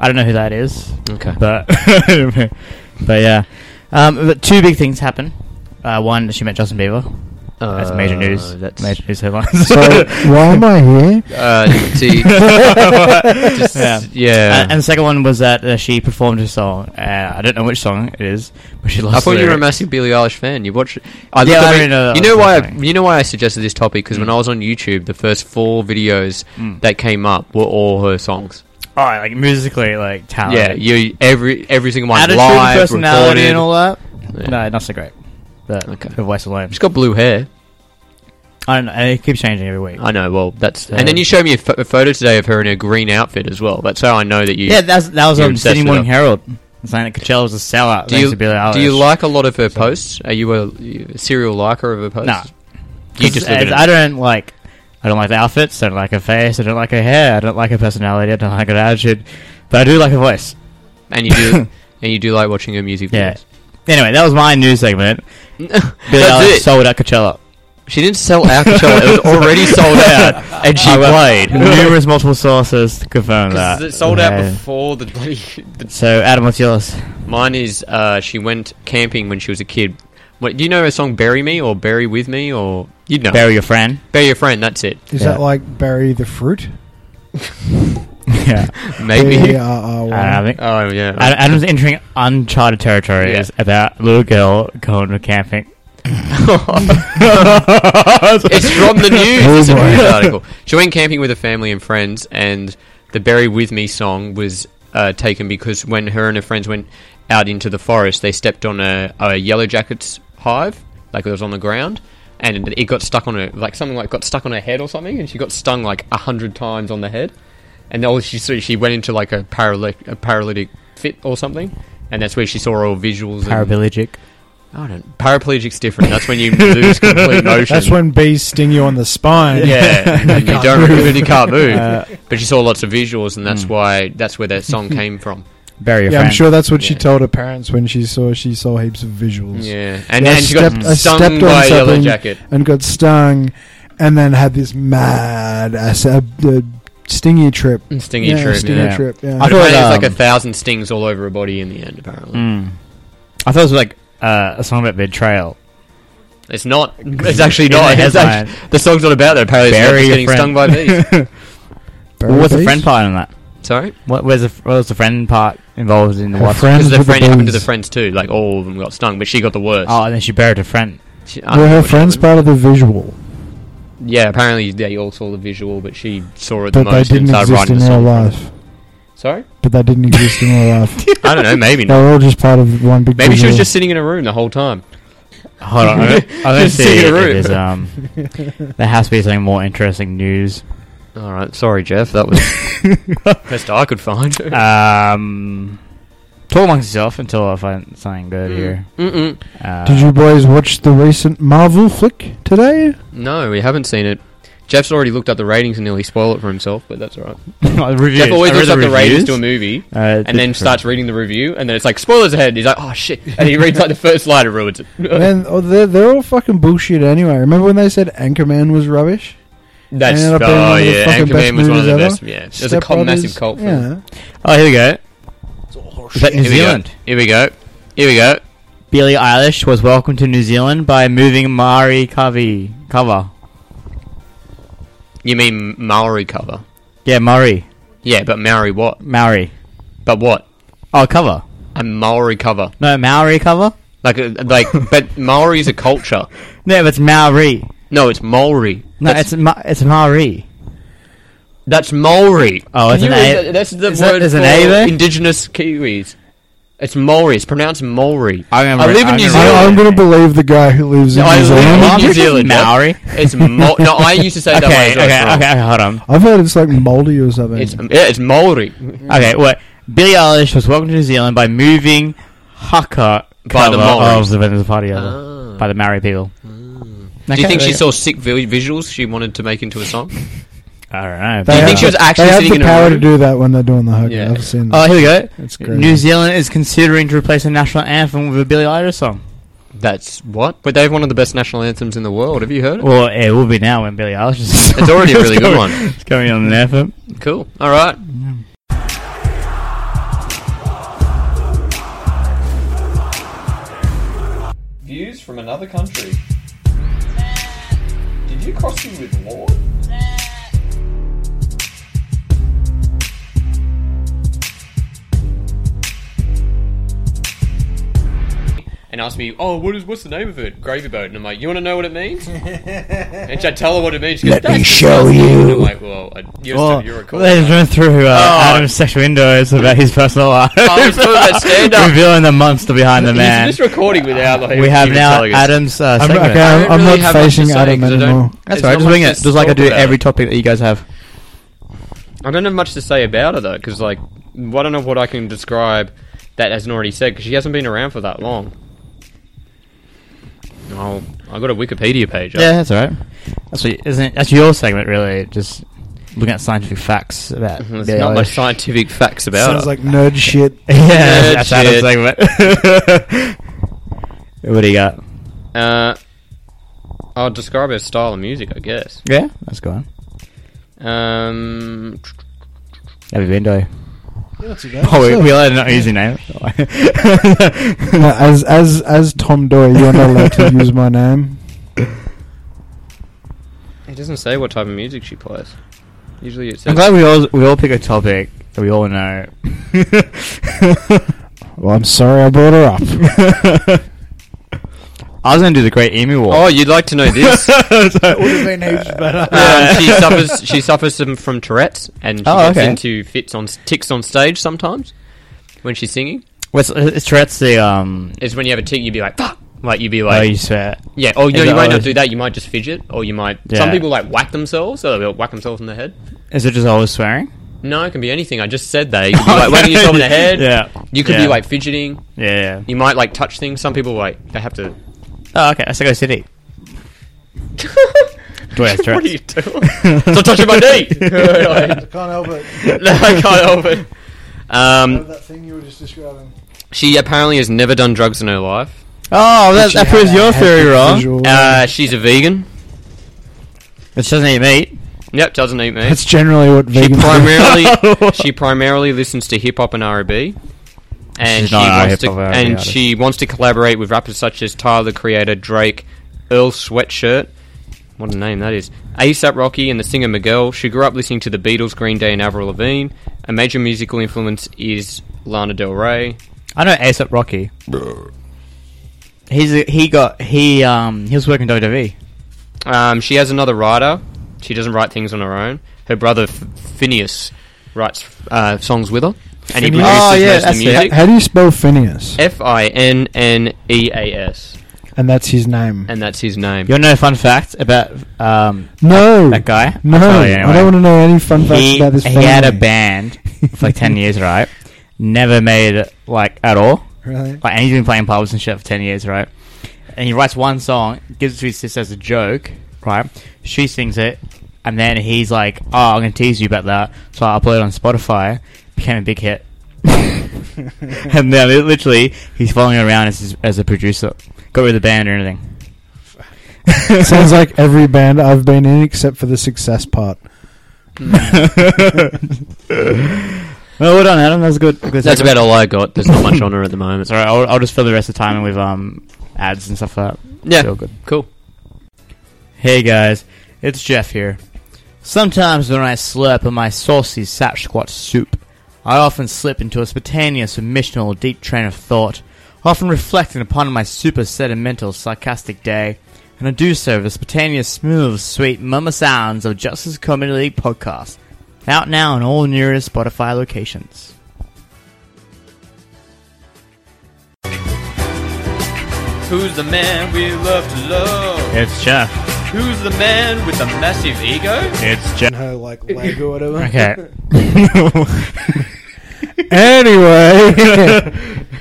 Speaker 2: I don't know who that is.
Speaker 3: Okay.
Speaker 2: but but yeah, um, but two big things happen. Uh, one, she met Justin Bieber. That's major news.
Speaker 3: uh, That's
Speaker 2: major news headlines.
Speaker 5: So, why am I here?
Speaker 3: Uh, see, just-
Speaker 2: Yeah.
Speaker 3: yeah.
Speaker 2: Uh, and the second one was that uh, she performed her song. Uh, I don't know which song it is, but she lost.
Speaker 3: I thought
Speaker 2: the
Speaker 3: you were a
Speaker 2: lyrics.
Speaker 3: massive Billie Eilish fan. You watch. I
Speaker 2: Yeah,
Speaker 3: looked
Speaker 2: I
Speaker 3: up-
Speaker 2: didn't know that
Speaker 3: you
Speaker 2: was
Speaker 3: know why? I,
Speaker 2: happening.
Speaker 3: you know why I suggested this topic because when
Speaker 2: Mm.
Speaker 3: I was on YouTube, the first four videos
Speaker 2: Mm.
Speaker 3: that came up were all her songs.
Speaker 2: All right, like musically, like talent.
Speaker 3: yeah, you every every single one
Speaker 2: Ah, attitude,
Speaker 3: live,
Speaker 2: personality,
Speaker 3: recorded.
Speaker 2: and all that.
Speaker 3: Yeah.
Speaker 2: No, not so great. But
Speaker 3: Okay.
Speaker 2: her voice alone.
Speaker 3: She's got blue hair.
Speaker 2: I don't know. It keeps changing every week.
Speaker 3: I know. Well, that's
Speaker 2: Yeah.
Speaker 3: and then you showed me a, pho- a photo today of her in a green outfit as well. That's how I know that you.
Speaker 2: yeah, that's, that was
Speaker 3: You're
Speaker 2: on
Speaker 3: obsessed
Speaker 2: Sydney
Speaker 3: with
Speaker 2: Morning
Speaker 3: her.
Speaker 2: Herald saying that Coachella was a sellout.
Speaker 3: do
Speaker 2: thanks
Speaker 3: you
Speaker 2: to "Oh, Billie Eilish.
Speaker 3: do you like a lot of her posts? Are you a, you a serial liker of her posts?
Speaker 2: Nah.
Speaker 3: You
Speaker 2: Because
Speaker 3: just look at it.
Speaker 2: I don't like. I don't like the outfits. I don't like her face. I don't like her hair. I don't like her personality. I don't like her attitude. But I do like her voice.
Speaker 3: and you do and you do like watching her music
Speaker 2: Yeah.
Speaker 3: videos.
Speaker 2: Anyway, that was my news segment. Billie
Speaker 3: That's
Speaker 2: Eilish
Speaker 3: it.
Speaker 2: sold out Coachella.
Speaker 3: She didn't sell out Coachella. It was already sold out, and she
Speaker 2: I got
Speaker 3: played.
Speaker 2: Numerous multiple sources to confirm that.
Speaker 3: Because it sold out
Speaker 2: Yeah.
Speaker 3: before the bloody. The,
Speaker 2: So Adam, what's yours?
Speaker 3: mine is uh, she went camping when she was a kid. What, do you know her song "Bury Me" or "Bury with Me" or you'd know
Speaker 2: Bury your friend.
Speaker 3: "Bury Your Friend"? That's it.
Speaker 5: Is
Speaker 2: Yeah.
Speaker 5: that like bury the fruit?
Speaker 2: yeah.
Speaker 3: Maybe.
Speaker 5: B-E-R-R-Y.
Speaker 2: I think.
Speaker 3: Oh yeah.
Speaker 2: Ad- Adam's entering uncharted territory
Speaker 3: Yeah.
Speaker 2: is about little girl going to camping.
Speaker 3: it's from the news.
Speaker 5: Oh
Speaker 3: it's a
Speaker 5: boy.
Speaker 3: news article. She went camping with her family and friends, and the "Bury with Me" song was uh, taken because when her and her friends went out into the forest, they stepped on a, a yellow jacket's hive, like it was on the ground, and it got stuck on her, like something like got stuck on her head or something, and she got stung like a hundred times on the head, and all she so she went into like a paralytic, a paralytic fit or something, and that's where she saw all visuals. And,
Speaker 2: Paraplegic.
Speaker 3: I don't. Paraplegic's different. That's when you lose complete motion.
Speaker 5: That's when bees sting you on the spine.
Speaker 3: Yeah, and you
Speaker 5: Can't
Speaker 3: don't
Speaker 5: move. Mm.
Speaker 3: move and you can't move.
Speaker 5: Uh,
Speaker 3: but she saw lots of visuals, and that's why that's where that song came from.
Speaker 2: Bury your
Speaker 5: yeah, I'm
Speaker 2: friend.
Speaker 5: sure that's what she
Speaker 3: Yeah.
Speaker 5: told her parents when she saw she saw heaps of visuals.
Speaker 3: Yeah, and,
Speaker 5: Mm. Yeah, I
Speaker 3: and she got
Speaker 5: stepped- I
Speaker 3: stung
Speaker 5: stepped on
Speaker 3: by a yellow
Speaker 5: something.
Speaker 3: jacket.
Speaker 5: and got stung, and then had this mad ass uh, the stingy trip.
Speaker 3: Mm. Stingy
Speaker 5: yeah,
Speaker 3: trip.
Speaker 5: Stingy
Speaker 3: yeah.
Speaker 5: trip. Yeah.
Speaker 2: I
Speaker 3: But
Speaker 2: thought,
Speaker 3: apparently it's like
Speaker 2: um,
Speaker 3: a thousand stings all over her body in the end. Apparently,
Speaker 2: Mm. I thought it was like uh, a song about betrayal.
Speaker 3: it's not. It's actually
Speaker 2: In the
Speaker 3: not. It's
Speaker 2: headline.
Speaker 3: actually, the song's not about that. Apparently, it's about
Speaker 2: Bury
Speaker 3: just
Speaker 2: your
Speaker 3: getting
Speaker 2: friend.
Speaker 3: stung by bees.
Speaker 5: Barry
Speaker 2: Well, what's the
Speaker 5: Bees?
Speaker 2: friend part in that?
Speaker 3: Sorry,
Speaker 2: What, where's the, what was the friend part involved in the
Speaker 5: Her
Speaker 2: what?
Speaker 5: friends
Speaker 3: because the
Speaker 5: with
Speaker 3: friend happened to the
Speaker 5: bees.
Speaker 3: friends too. Like all of them got stung, but she got the worst.
Speaker 2: Oh, and then she buried her friend.
Speaker 3: She-
Speaker 5: Were her friends
Speaker 3: unfortunately.
Speaker 5: part of the visual,
Speaker 3: Yeah, apparently they all saw the visual, but she saw it the
Speaker 5: but they
Speaker 3: most and
Speaker 5: didn't
Speaker 3: started
Speaker 5: exist
Speaker 3: writing
Speaker 5: in
Speaker 3: the
Speaker 5: real
Speaker 3: song. from it.
Speaker 5: life?
Speaker 3: Sorry,
Speaker 5: But they didn't exist in real life.
Speaker 3: I don't know. Maybe
Speaker 5: They
Speaker 3: not.
Speaker 5: were all just part of one big.
Speaker 3: Maybe she was
Speaker 5: visual.
Speaker 3: just sitting in a room the whole time.
Speaker 2: Hold on, I'm gonna- I'm gonna
Speaker 3: Just
Speaker 2: see
Speaker 3: sing a
Speaker 2: if
Speaker 3: root.
Speaker 2: there's um. There has to be something more interesting news.
Speaker 3: All right, sorry, Jeff. That was best I could find.
Speaker 2: Ah, Um, talk amongst yourself until I find something good
Speaker 3: Hmm.
Speaker 2: here.
Speaker 3: Mm, Mm-mm.
Speaker 2: Uh,
Speaker 5: Did you boys watch the recent Marvel flick today?
Speaker 3: No, we haven't seen it. Jeff's already looked up the ratings and nearly spoiled it for himself, but that's all right.
Speaker 2: reviews.
Speaker 3: Jeff always
Speaker 2: I read
Speaker 3: looks up the ratings
Speaker 2: reviews.
Speaker 3: to a movie
Speaker 2: Uh,
Speaker 3: and then
Speaker 2: different.
Speaker 3: starts reading the review, and then it's like spoilers ahead. And he's like, oh shit, and he reads like the first line and ruins it.
Speaker 5: Man, oh, they're, they're all fucking bullshit anyway. Remember when they said Anchorman was rubbish?
Speaker 3: that's
Speaker 5: ended up being one
Speaker 3: oh
Speaker 5: of the
Speaker 3: yeah,
Speaker 5: fucking
Speaker 3: Anchorman
Speaker 5: best
Speaker 3: was one of
Speaker 5: movies
Speaker 3: the
Speaker 5: ever.
Speaker 3: best. Yeah, it was a
Speaker 5: Step
Speaker 3: cult, massive
Speaker 5: Brothers?
Speaker 3: cult film.
Speaker 5: Yeah.
Speaker 2: Oh, here we go. Is that New
Speaker 3: Here we go.
Speaker 2: Zealand?
Speaker 3: Here we go. Here we go.
Speaker 2: Billie Eilish was welcomed to New Zealand by moving Mari Kavi cover.
Speaker 3: You mean Maori cover?
Speaker 2: Yeah, Murray.
Speaker 3: Yeah, but Maori what?
Speaker 2: Maori.
Speaker 3: But what?
Speaker 2: Oh, cover.
Speaker 3: A Maori cover.
Speaker 2: No, Maori cover?
Speaker 3: Like, uh, like, but Maori is a culture.
Speaker 2: No, but it's Maori.
Speaker 3: No, it's Maori.
Speaker 2: No,
Speaker 3: that's,
Speaker 2: it's Ma- it's Maori.
Speaker 3: that's Maori.
Speaker 2: Oh, it's
Speaker 3: Can
Speaker 2: an
Speaker 3: you-
Speaker 2: A-
Speaker 3: that- That's the
Speaker 2: is that-
Speaker 3: word
Speaker 2: is an
Speaker 3: for
Speaker 2: A there?
Speaker 3: indigenous Kiwis. It's Maori. It's pronounced Maori.
Speaker 2: I remember-
Speaker 3: live in
Speaker 2: I
Speaker 3: New
Speaker 2: remember-
Speaker 5: I, I'm
Speaker 3: Zealand.
Speaker 5: going to believe the guy who lives in
Speaker 3: No, I
Speaker 5: New
Speaker 3: live in
Speaker 5: Zealand.
Speaker 3: New Zealand. yeah.
Speaker 2: Maori.
Speaker 3: It's Mo- No, I used to say that
Speaker 2: Okay,
Speaker 3: way. so it's
Speaker 2: okay,
Speaker 3: wrong.
Speaker 2: okay, hold on.
Speaker 5: I've heard it's like moldy or something.
Speaker 3: It's, um, yeah, it's Maori.
Speaker 2: Okay, what? Billie Eilish was welcomed to New Zealand by moving Haka
Speaker 3: By
Speaker 2: cover
Speaker 3: the Maoris.
Speaker 2: of the Venom's Party
Speaker 3: Ah.
Speaker 2: by the Maori people.
Speaker 3: Do you think she saw sick vi- visuals she wanted to make into a song?
Speaker 2: I don't know.
Speaker 5: They
Speaker 3: you
Speaker 5: have
Speaker 3: think she was
Speaker 5: the-
Speaker 3: actually
Speaker 5: they
Speaker 3: sitting
Speaker 5: have
Speaker 3: in
Speaker 5: the
Speaker 3: a
Speaker 5: power to
Speaker 3: room?
Speaker 5: do that when they're doing the hug.
Speaker 3: Yeah. Uh,
Speaker 5: I've seen
Speaker 2: Oh,
Speaker 5: that.
Speaker 2: here we go.
Speaker 5: It's great.
Speaker 2: New Zealand is considering to replace the national anthem with a Billie Eilish song.
Speaker 3: That's what? But they have one of the best national anthems in the world. Have you heard it?
Speaker 2: Well, it will be now when Billie Eilish is.
Speaker 3: It's already a really good one.
Speaker 2: It's going on an anthem.
Speaker 3: Cool. All right. Views from another country. Did you cross me with Lord? And asked me, "Oh, what is what's the name of it? Gravy boat?" And I'm like, "You want to know what it means?" and I tell her what it means. She goes,
Speaker 1: Let me
Speaker 3: "That's
Speaker 1: show
Speaker 3: disgusting."
Speaker 1: you.
Speaker 3: I'm like, "Well, I, you're,
Speaker 2: Well,
Speaker 3: you're a cool guy."
Speaker 2: let's run through uh,
Speaker 3: Oh.
Speaker 2: Adam's sexual windows about his personal life.
Speaker 3: Oh, it's all about stand-up.
Speaker 2: Revealing the monster behind the man.
Speaker 3: This, this recording without like,
Speaker 2: We have
Speaker 3: even
Speaker 2: now
Speaker 3: telling us.
Speaker 2: Adam's uh,
Speaker 5: I'm,
Speaker 2: segment.
Speaker 5: okay, I'm,
Speaker 3: really
Speaker 5: I'm not
Speaker 3: have much to
Speaker 5: facing
Speaker 3: say
Speaker 5: Adam
Speaker 3: 'cause I don't-
Speaker 5: anymore.
Speaker 2: That's
Speaker 3: There's
Speaker 2: right.
Speaker 3: not
Speaker 2: Just
Speaker 3: much
Speaker 2: wing
Speaker 3: to
Speaker 2: it, just like I
Speaker 3: talk
Speaker 2: do
Speaker 3: about.
Speaker 2: every topic that you guys have.
Speaker 3: I don't have much to say about her though, because like, I don't know what I can describe that hasn't already said, because she hasn't been around for that long. Oh, I got a Wikipedia page. Up.
Speaker 2: Yeah, that's all right. That's what, isn't that's your segment really? Just looking at scientific facts about.
Speaker 3: there's
Speaker 2: Billie
Speaker 3: Mm-hmm. not much
Speaker 2: Eilish.
Speaker 3: scientific facts about
Speaker 5: Sounds
Speaker 3: her.
Speaker 5: like nerd shit.
Speaker 2: yeah,
Speaker 3: Nerd
Speaker 2: that's Adam's
Speaker 3: shit.
Speaker 2: segment. what do you got?
Speaker 3: uh, I'll describe her style of music, I guess.
Speaker 2: Yeah, that's gone.
Speaker 3: Um,
Speaker 2: Abby Bendo. Oh, we,
Speaker 5: Sure.
Speaker 2: we are not using name. Uh,
Speaker 5: No, as as as Tom Doy, you're not allowed to use my name.
Speaker 3: it doesn't say what type of music she plays. Usually it says.
Speaker 2: I'm glad we all we all pick a topic that we all know.
Speaker 5: Well, I'm sorry I brought her up.
Speaker 2: I was gonna do the Great Emu War.
Speaker 3: Oh, you'd like to know this? Um, she suffers. She suffers some, from Tourette's, and she
Speaker 2: Oh,
Speaker 3: gets
Speaker 2: okay.
Speaker 3: into fits on ticks on stage sometimes when she's singing.
Speaker 2: What's
Speaker 3: uh,
Speaker 2: it's Tourette's the um?
Speaker 3: It's when you have a tick, you'd be like, "Fuck!" Like you'd be
Speaker 2: Oh,
Speaker 3: like,
Speaker 2: you swear.
Speaker 3: "Yeah." Oh, no,
Speaker 2: Is
Speaker 3: you
Speaker 2: it
Speaker 3: might not
Speaker 2: always-
Speaker 3: do that. You might just fidget, or you might.
Speaker 2: Yeah.
Speaker 3: Some people like whack themselves, so they'll whack themselves in the head.
Speaker 2: Is it just always swearing?
Speaker 3: No, it can be anything. I just said that. You could be like whacking yourself in the head.
Speaker 2: Yeah.
Speaker 3: You could
Speaker 2: Yeah.
Speaker 3: be like fidgeting.
Speaker 2: Yeah. yeah.
Speaker 3: You might like touch things. Some people like they have to.
Speaker 2: Oh, okay. Let's go city. Do I have
Speaker 3: what are
Speaker 2: Tourette's?
Speaker 3: you doing? Stop touching my knee. Like,
Speaker 5: Can't help it.
Speaker 3: no, I can't help it. Um,
Speaker 5: that thing you were just describing.
Speaker 3: she apparently has never done drugs in her life.
Speaker 2: Oh, that, that proves your theory wrong.
Speaker 5: Visual.
Speaker 3: Uh, she's a vegan.
Speaker 2: It doesn't eat meat.
Speaker 3: Yep, doesn't eat meat.
Speaker 5: That's generally what
Speaker 3: She
Speaker 5: vegan.
Speaker 3: primarily she primarily listens to hip hop and R and B, and
Speaker 2: She's
Speaker 3: she
Speaker 2: not a
Speaker 3: wants to
Speaker 2: hip-hop R&B
Speaker 3: and
Speaker 2: artist.
Speaker 3: she wants to collaborate with rappers such as Tyler the Creator, Drake, Earl Sweatshirt. What a name that is. ASAP Rocky and the singer Miguel. She grew up listening to the Beatles, Green Day, and Avril Lavigne. A major musical influence is Lana Del Rey.
Speaker 2: I know ASAP Rocky. He's a, he got he um he was working WWE.
Speaker 3: Um, she has another writer. She doesn't write things on her own. Her brother F- Phineas writes uh, songs with her, and he
Speaker 5: Phineas?
Speaker 3: produces
Speaker 2: Oh, yeah,
Speaker 3: most of
Speaker 2: that's
Speaker 3: the
Speaker 2: it.
Speaker 3: music.
Speaker 5: How do you spell Phineas?
Speaker 3: F I N N E A S,
Speaker 5: And that's his name.
Speaker 3: and that's his name.
Speaker 2: You want to know a fun fact about um
Speaker 5: no,
Speaker 2: that guy?
Speaker 5: No,
Speaker 2: I'll tell you
Speaker 5: I
Speaker 2: anyway.
Speaker 5: don't want to know any fun facts
Speaker 2: he,
Speaker 5: about this.
Speaker 2: he had a
Speaker 5: family.
Speaker 2: band for like 10 years, right? Never made it, like, at all.
Speaker 5: Really?
Speaker 2: Like, and he's been playing pubs and shit for 10 years, right? And he writes one song, gives it to his sister as a joke, right? She sings it, and then he's like, oh, I'm going to tease you about that. So I uploaded on Spotify, became a big hit. and then li- literally, he's following her around as, his, as a producer. Got rid of the band or anything.
Speaker 5: Sounds like every band I've been in except for the success part. Hmm.
Speaker 2: Well, well done, Adam. That was a good. good
Speaker 3: That's
Speaker 2: segment.
Speaker 3: about all I got. There's not much on her at the moment.
Speaker 2: It's alright. I'll, I'll just fill the rest of the time with um ads and stuff like that.
Speaker 3: Yeah,
Speaker 2: Feel good.
Speaker 3: cool.
Speaker 2: Hey guys, it's Jeff here. Sometimes when I slurp on my saucy Sasquatch soup, I often slip into a spontaneous submission or deep train of thought, often reflecting upon my super sedimental, sarcastic day, and I do so with the spontaneous, smooth, sweet mama sounds of Justice Comedy League podcast, out now in all nearest Spotify locations.
Speaker 3: Who's the man we love to love?
Speaker 2: It's Jeff.
Speaker 3: Who's the man with the massive ego?
Speaker 2: It's Jeff.
Speaker 5: No, like leg or whatever.
Speaker 2: Okay.
Speaker 5: Anyway,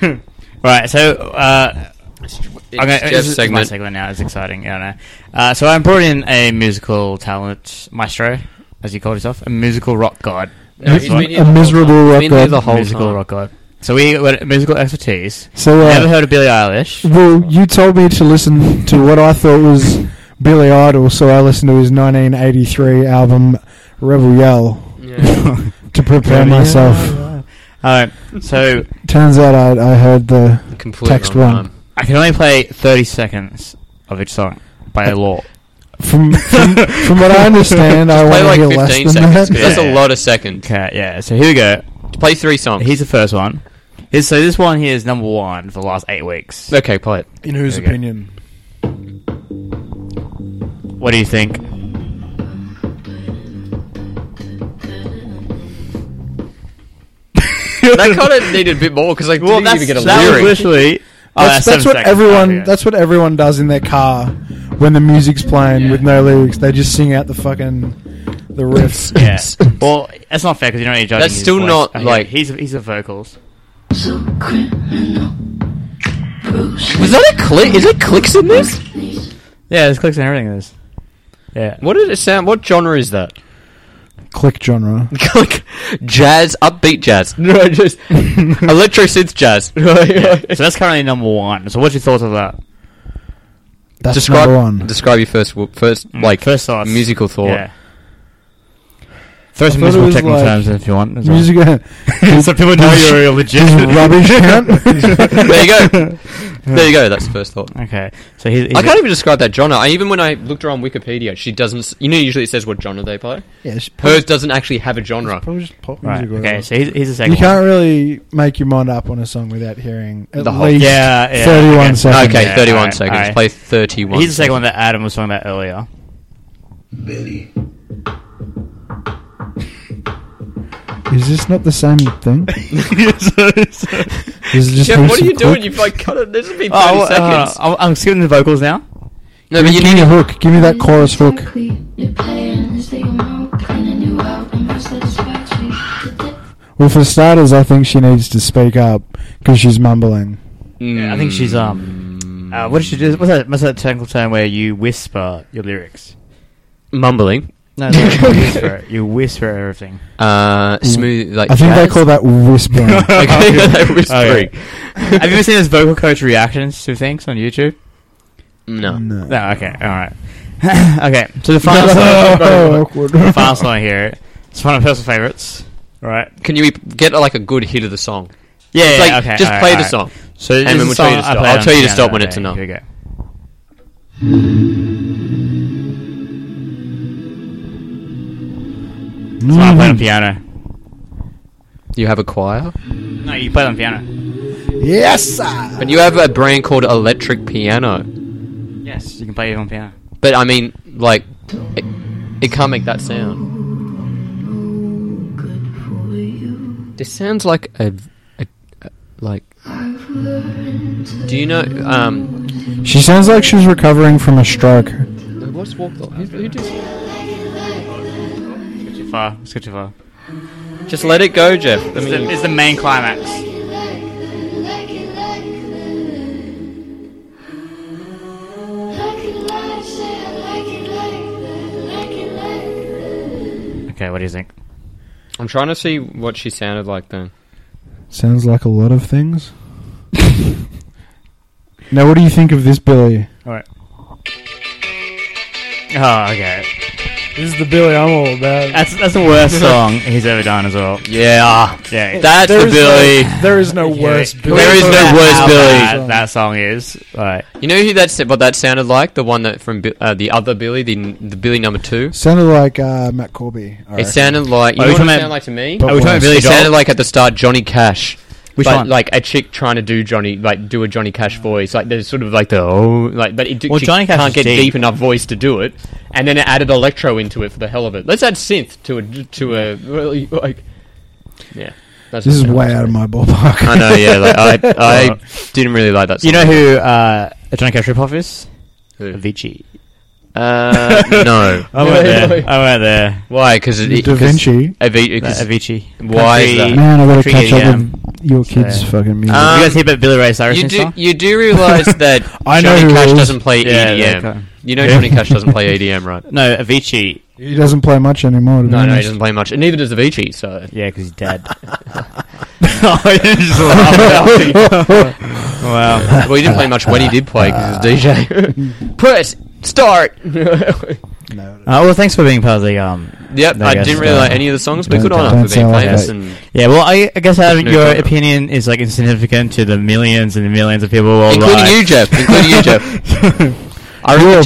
Speaker 2: right, so uh,
Speaker 3: It's
Speaker 2: Okay,
Speaker 3: Jeff's
Speaker 2: this is my
Speaker 3: segment.
Speaker 2: segment now. It's exciting. I don't know. Uh, so I brought in a musical talent maestro, as you called yourself, a musical rock god.
Speaker 3: No, he's
Speaker 2: Right.
Speaker 3: been here
Speaker 5: a
Speaker 3: the whole
Speaker 5: miserable
Speaker 3: time.
Speaker 5: rock
Speaker 3: He's been here
Speaker 5: god.
Speaker 3: the whole
Speaker 2: musical
Speaker 3: time.
Speaker 2: rock god. So we got musical expertise.
Speaker 5: so
Speaker 2: Never
Speaker 5: uh,
Speaker 2: heard of Billie Eilish.
Speaker 5: well, you told me to listen to what I thought was Billy Idol, so I listened to his 1983 album Rebel Yell
Speaker 3: Yeah.
Speaker 5: to prepare myself.
Speaker 2: Alright, so
Speaker 5: Turns out I, I heard the
Speaker 3: Completely
Speaker 5: Text
Speaker 3: wrong
Speaker 5: one.
Speaker 3: time.
Speaker 2: I can only play thirty seconds of each song by law.
Speaker 5: from from, from what I understand, I
Speaker 3: Play
Speaker 5: want to
Speaker 3: like
Speaker 5: hear
Speaker 3: 15
Speaker 5: less than
Speaker 3: seconds. 'cause
Speaker 5: that.
Speaker 2: Yeah.
Speaker 3: That's a lot of seconds.
Speaker 2: Okay, yeah. So here we go.
Speaker 3: Play three songs.
Speaker 2: Here's the first one. Here's, so this one here is number one for the last eight weeks.
Speaker 3: okay, play it.
Speaker 5: In whose
Speaker 2: Okay.
Speaker 5: opinion?
Speaker 2: What do you think?
Speaker 3: that kind of needed a bit more because I didn't even get a
Speaker 2: that
Speaker 3: lyric.
Speaker 2: was literally. Oh,
Speaker 5: that's
Speaker 2: seven
Speaker 5: that's what
Speaker 2: seconds.
Speaker 5: everyone.
Speaker 2: Okay.
Speaker 5: That's what everyone does in their car when the music's playing with no lyrics. They just sing out the fucking the riffs.
Speaker 2: Yeah. well, that's not fair because you're not really judging.
Speaker 3: That's
Speaker 2: his
Speaker 3: still
Speaker 2: voice.
Speaker 3: not,
Speaker 2: Okay,
Speaker 3: like-
Speaker 2: he's he's the vocals.
Speaker 6: So criminal. Bruce
Speaker 3: Was that a click? Is it clicks in this?
Speaker 2: Yeah, there's clicks and everything. There's. Yeah.
Speaker 3: What did it sound? What genre is that?
Speaker 5: Click genre.
Speaker 3: like jazz, upbeat jazz. No, just electro synth jazz.
Speaker 2: So that's currently number one. So what's your thoughts of that?
Speaker 5: That's
Speaker 3: describe
Speaker 5: number one.
Speaker 3: describe your first wo- first like
Speaker 2: Mm, first thoughts.
Speaker 3: musical thought.
Speaker 2: Yeah. Throw some
Speaker 5: thought it
Speaker 2: musical
Speaker 5: was
Speaker 2: technical
Speaker 5: like-
Speaker 2: terms in if you want. As well.
Speaker 5: Music.
Speaker 2: so people know
Speaker 5: Does-
Speaker 2: you're a legit.
Speaker 5: does rubbish count?
Speaker 3: There you go. There you go. That's the first thought.
Speaker 2: Okay. So he's. he's
Speaker 3: I can't even describe that genre. I, even when I looked her on Wikipedia, she doesn't. s- You know, usually it says what genre they play.
Speaker 5: yeah, it's
Speaker 3: Hers doesn't actually have a genre.
Speaker 5: probably just pop
Speaker 2: Right.
Speaker 5: music. or
Speaker 2: Okay.
Speaker 5: whatever.
Speaker 2: So he's, he's the second.
Speaker 5: You can't really make your mind up on a song without hearing at
Speaker 3: The whole-
Speaker 5: least
Speaker 2: Yeah, yeah,
Speaker 5: 31
Speaker 2: okay.
Speaker 5: seconds.
Speaker 3: Okay,
Speaker 2: Yeah,
Speaker 3: thirty-one
Speaker 2: alright,
Speaker 3: seconds.
Speaker 2: alright.
Speaker 3: Play thirty-one.
Speaker 2: one. He's the second one that Adam was talking about earlier.
Speaker 5: Is this not the same thing? Is it just
Speaker 3: Jeff,
Speaker 5: heaps
Speaker 3: what are
Speaker 5: of
Speaker 3: you doing?
Speaker 5: click?
Speaker 3: You've like cut it. This has been thirty
Speaker 2: oh, well, uh,
Speaker 3: seconds.
Speaker 2: I'm- I'm skipping the vocals now.
Speaker 3: no, but you
Speaker 5: Give me
Speaker 3: need.
Speaker 5: a hook. Give me that chorus hook.
Speaker 6: They're playing this, they don't know. And I knew out, and I satisfied you.
Speaker 5: Well, for starters, I think she needs to speak up because she's mumbling.
Speaker 2: Yeah, I think she's,
Speaker 3: Mm.
Speaker 5: Mm.
Speaker 2: um, Uh, what did she do? What's that, what's that technical term where you whisper your lyrics?
Speaker 3: mumbling.
Speaker 2: No, no, you whisper it. You whisper everything.
Speaker 3: Uh, smooth. Like
Speaker 5: Mm. I think they
Speaker 3: jazz?
Speaker 5: call that whispering.
Speaker 3: Okay,
Speaker 2: Okay.
Speaker 3: they whispering.
Speaker 2: Have you ever seen those vocal coach reactions to things on YouTube?
Speaker 3: No.
Speaker 5: No.
Speaker 2: No, okay, alright. okay, so the final
Speaker 5: Oh,
Speaker 2: song,
Speaker 5: awkward.
Speaker 2: the final song here, it's one of my personal favourites. Alright.
Speaker 3: Can you e, get like a good hit of the song?
Speaker 2: Yeah, yeah,
Speaker 3: like,
Speaker 2: okay.
Speaker 3: just
Speaker 2: alright,
Speaker 3: play the
Speaker 2: alright.
Speaker 3: song.
Speaker 2: So this
Speaker 3: And then
Speaker 2: is
Speaker 3: we'll
Speaker 2: a
Speaker 3: tell you
Speaker 2: song
Speaker 3: to
Speaker 2: I
Speaker 3: stop.
Speaker 2: played
Speaker 3: I'll
Speaker 2: on
Speaker 3: tell you to
Speaker 2: piano
Speaker 3: stop
Speaker 2: that
Speaker 3: when
Speaker 2: day.
Speaker 3: it's enough.
Speaker 2: Here we go. So I played on piano.
Speaker 3: You have a choir,
Speaker 2: No, you play on piano.
Speaker 5: Mm-hmm. Yes, sir.
Speaker 3: but you have a brand called electric piano.
Speaker 2: Yes, you can play it on piano.
Speaker 3: But I mean, like, it, it can't make that sound.
Speaker 6: Good for you.
Speaker 3: This sounds like a, a, a like.
Speaker 6: I've learned to
Speaker 3: Do you know? Um,
Speaker 5: She sounds like she's recovering from a stroke.
Speaker 3: what's Walk the? Who, who does,
Speaker 2: It's too far. It's too far.
Speaker 3: just let it go, Jeff. I
Speaker 2: It's
Speaker 3: mean,
Speaker 2: the, it's the main climax. Okay, what do you think?
Speaker 3: I'm trying to see what she sounded like then.
Speaker 5: Sounds like a lot of things. now, what do you think of this, Billy?
Speaker 2: Alright. Oh, okay.
Speaker 7: This is the Billy I'm all about.
Speaker 2: That's that's the worst song he's ever done as well.
Speaker 3: Yeah,
Speaker 2: Yeah.
Speaker 3: that's
Speaker 7: There
Speaker 3: the
Speaker 7: is
Speaker 3: Billy.
Speaker 7: No, there is no
Speaker 2: Yeah.
Speaker 7: worse Billy.
Speaker 3: There is no worse
Speaker 2: How
Speaker 3: Billy.
Speaker 2: bad That song is. Alright.
Speaker 3: You know who that's what that sounded like? The one that from Bi- uh, the other Billy, the the Billy number two.
Speaker 5: Sounded like uh, Matt Corby. I
Speaker 3: It
Speaker 5: reckon.
Speaker 3: sounded like. You
Speaker 2: Oh, you're
Speaker 3: know what it
Speaker 2: talking about-
Speaker 3: sounded like to me?
Speaker 5: But
Speaker 2: Are we talking
Speaker 5: worse.
Speaker 2: Billy
Speaker 3: It sounded
Speaker 2: Joel?
Speaker 3: like at the start Johnny Cash.
Speaker 2: Which
Speaker 3: but
Speaker 2: one?
Speaker 3: Like a chick trying to do Johnny, like do a Johnny Cash voice. Like there's sort of like the oh, like but it
Speaker 2: Well,
Speaker 3: she
Speaker 2: Johnny Cash
Speaker 3: can't
Speaker 2: is
Speaker 3: get
Speaker 2: deep.
Speaker 3: deep. enough voice to do it. And then it added electro into it for the hell of it. Let's add synth to a to a really, like yeah. That's
Speaker 5: This is
Speaker 3: what
Speaker 5: way
Speaker 3: sounded
Speaker 5: out of
Speaker 3: like.
Speaker 5: my ballpark.
Speaker 3: I know, yeah. Like, I I didn't really like that. Song.
Speaker 2: You know who uh, Johnny Cash ripoff is?
Speaker 3: Who?
Speaker 2: Avicii.
Speaker 3: Uh, no.
Speaker 2: I went there. I went there.
Speaker 3: Why? Because
Speaker 5: da Vinci.
Speaker 3: Avi-
Speaker 2: That
Speaker 3: 'cause-
Speaker 2: Avicii.
Speaker 3: Why is
Speaker 2: Country-
Speaker 3: that?
Speaker 5: Man, I gotta
Speaker 2: Country
Speaker 5: catch up
Speaker 2: EDM.
Speaker 5: with your kids'
Speaker 2: So-
Speaker 5: fucking music.
Speaker 3: Um,
Speaker 2: you guys hear about Billy Ray Cyrus?
Speaker 3: You
Speaker 2: in this
Speaker 3: do,
Speaker 2: song?
Speaker 3: you do realize that
Speaker 5: I know
Speaker 3: Johnny
Speaker 5: who it
Speaker 3: Cash
Speaker 5: is.
Speaker 3: doesn't play
Speaker 2: Yeah,
Speaker 3: EDM.
Speaker 2: okay.
Speaker 3: You know Johnny Cash doesn't play EDM, right?
Speaker 2: No, Avicii.
Speaker 5: he doesn't play much anymore. To
Speaker 3: No,
Speaker 5: be
Speaker 3: no, he
Speaker 5: honest.
Speaker 3: doesn't play much, and neither does Avicii. So
Speaker 2: Yeah, because he's dead. oh, you just laugh at me. Wow.
Speaker 3: well, he didn't play much when he did play because he was DJ. Press start. yep,
Speaker 5: No.
Speaker 2: Uh, well, thanks for being part of the. Um, No,
Speaker 3: I
Speaker 2: yes,
Speaker 3: didn't really
Speaker 2: uh,
Speaker 3: like any of the songs, but
Speaker 5: don't-
Speaker 3: good on
Speaker 5: don't
Speaker 3: us for being
Speaker 5: sound like
Speaker 3: famous.
Speaker 5: that.
Speaker 3: And
Speaker 2: yeah, well, I, I guess Adam,
Speaker 3: Just new
Speaker 2: your
Speaker 3: genre.
Speaker 2: opinion is like insignificant to the millions and millions of people worldwide.
Speaker 3: including you, Jeff. Including you, Jeff. I
Speaker 5: Your
Speaker 3: reckon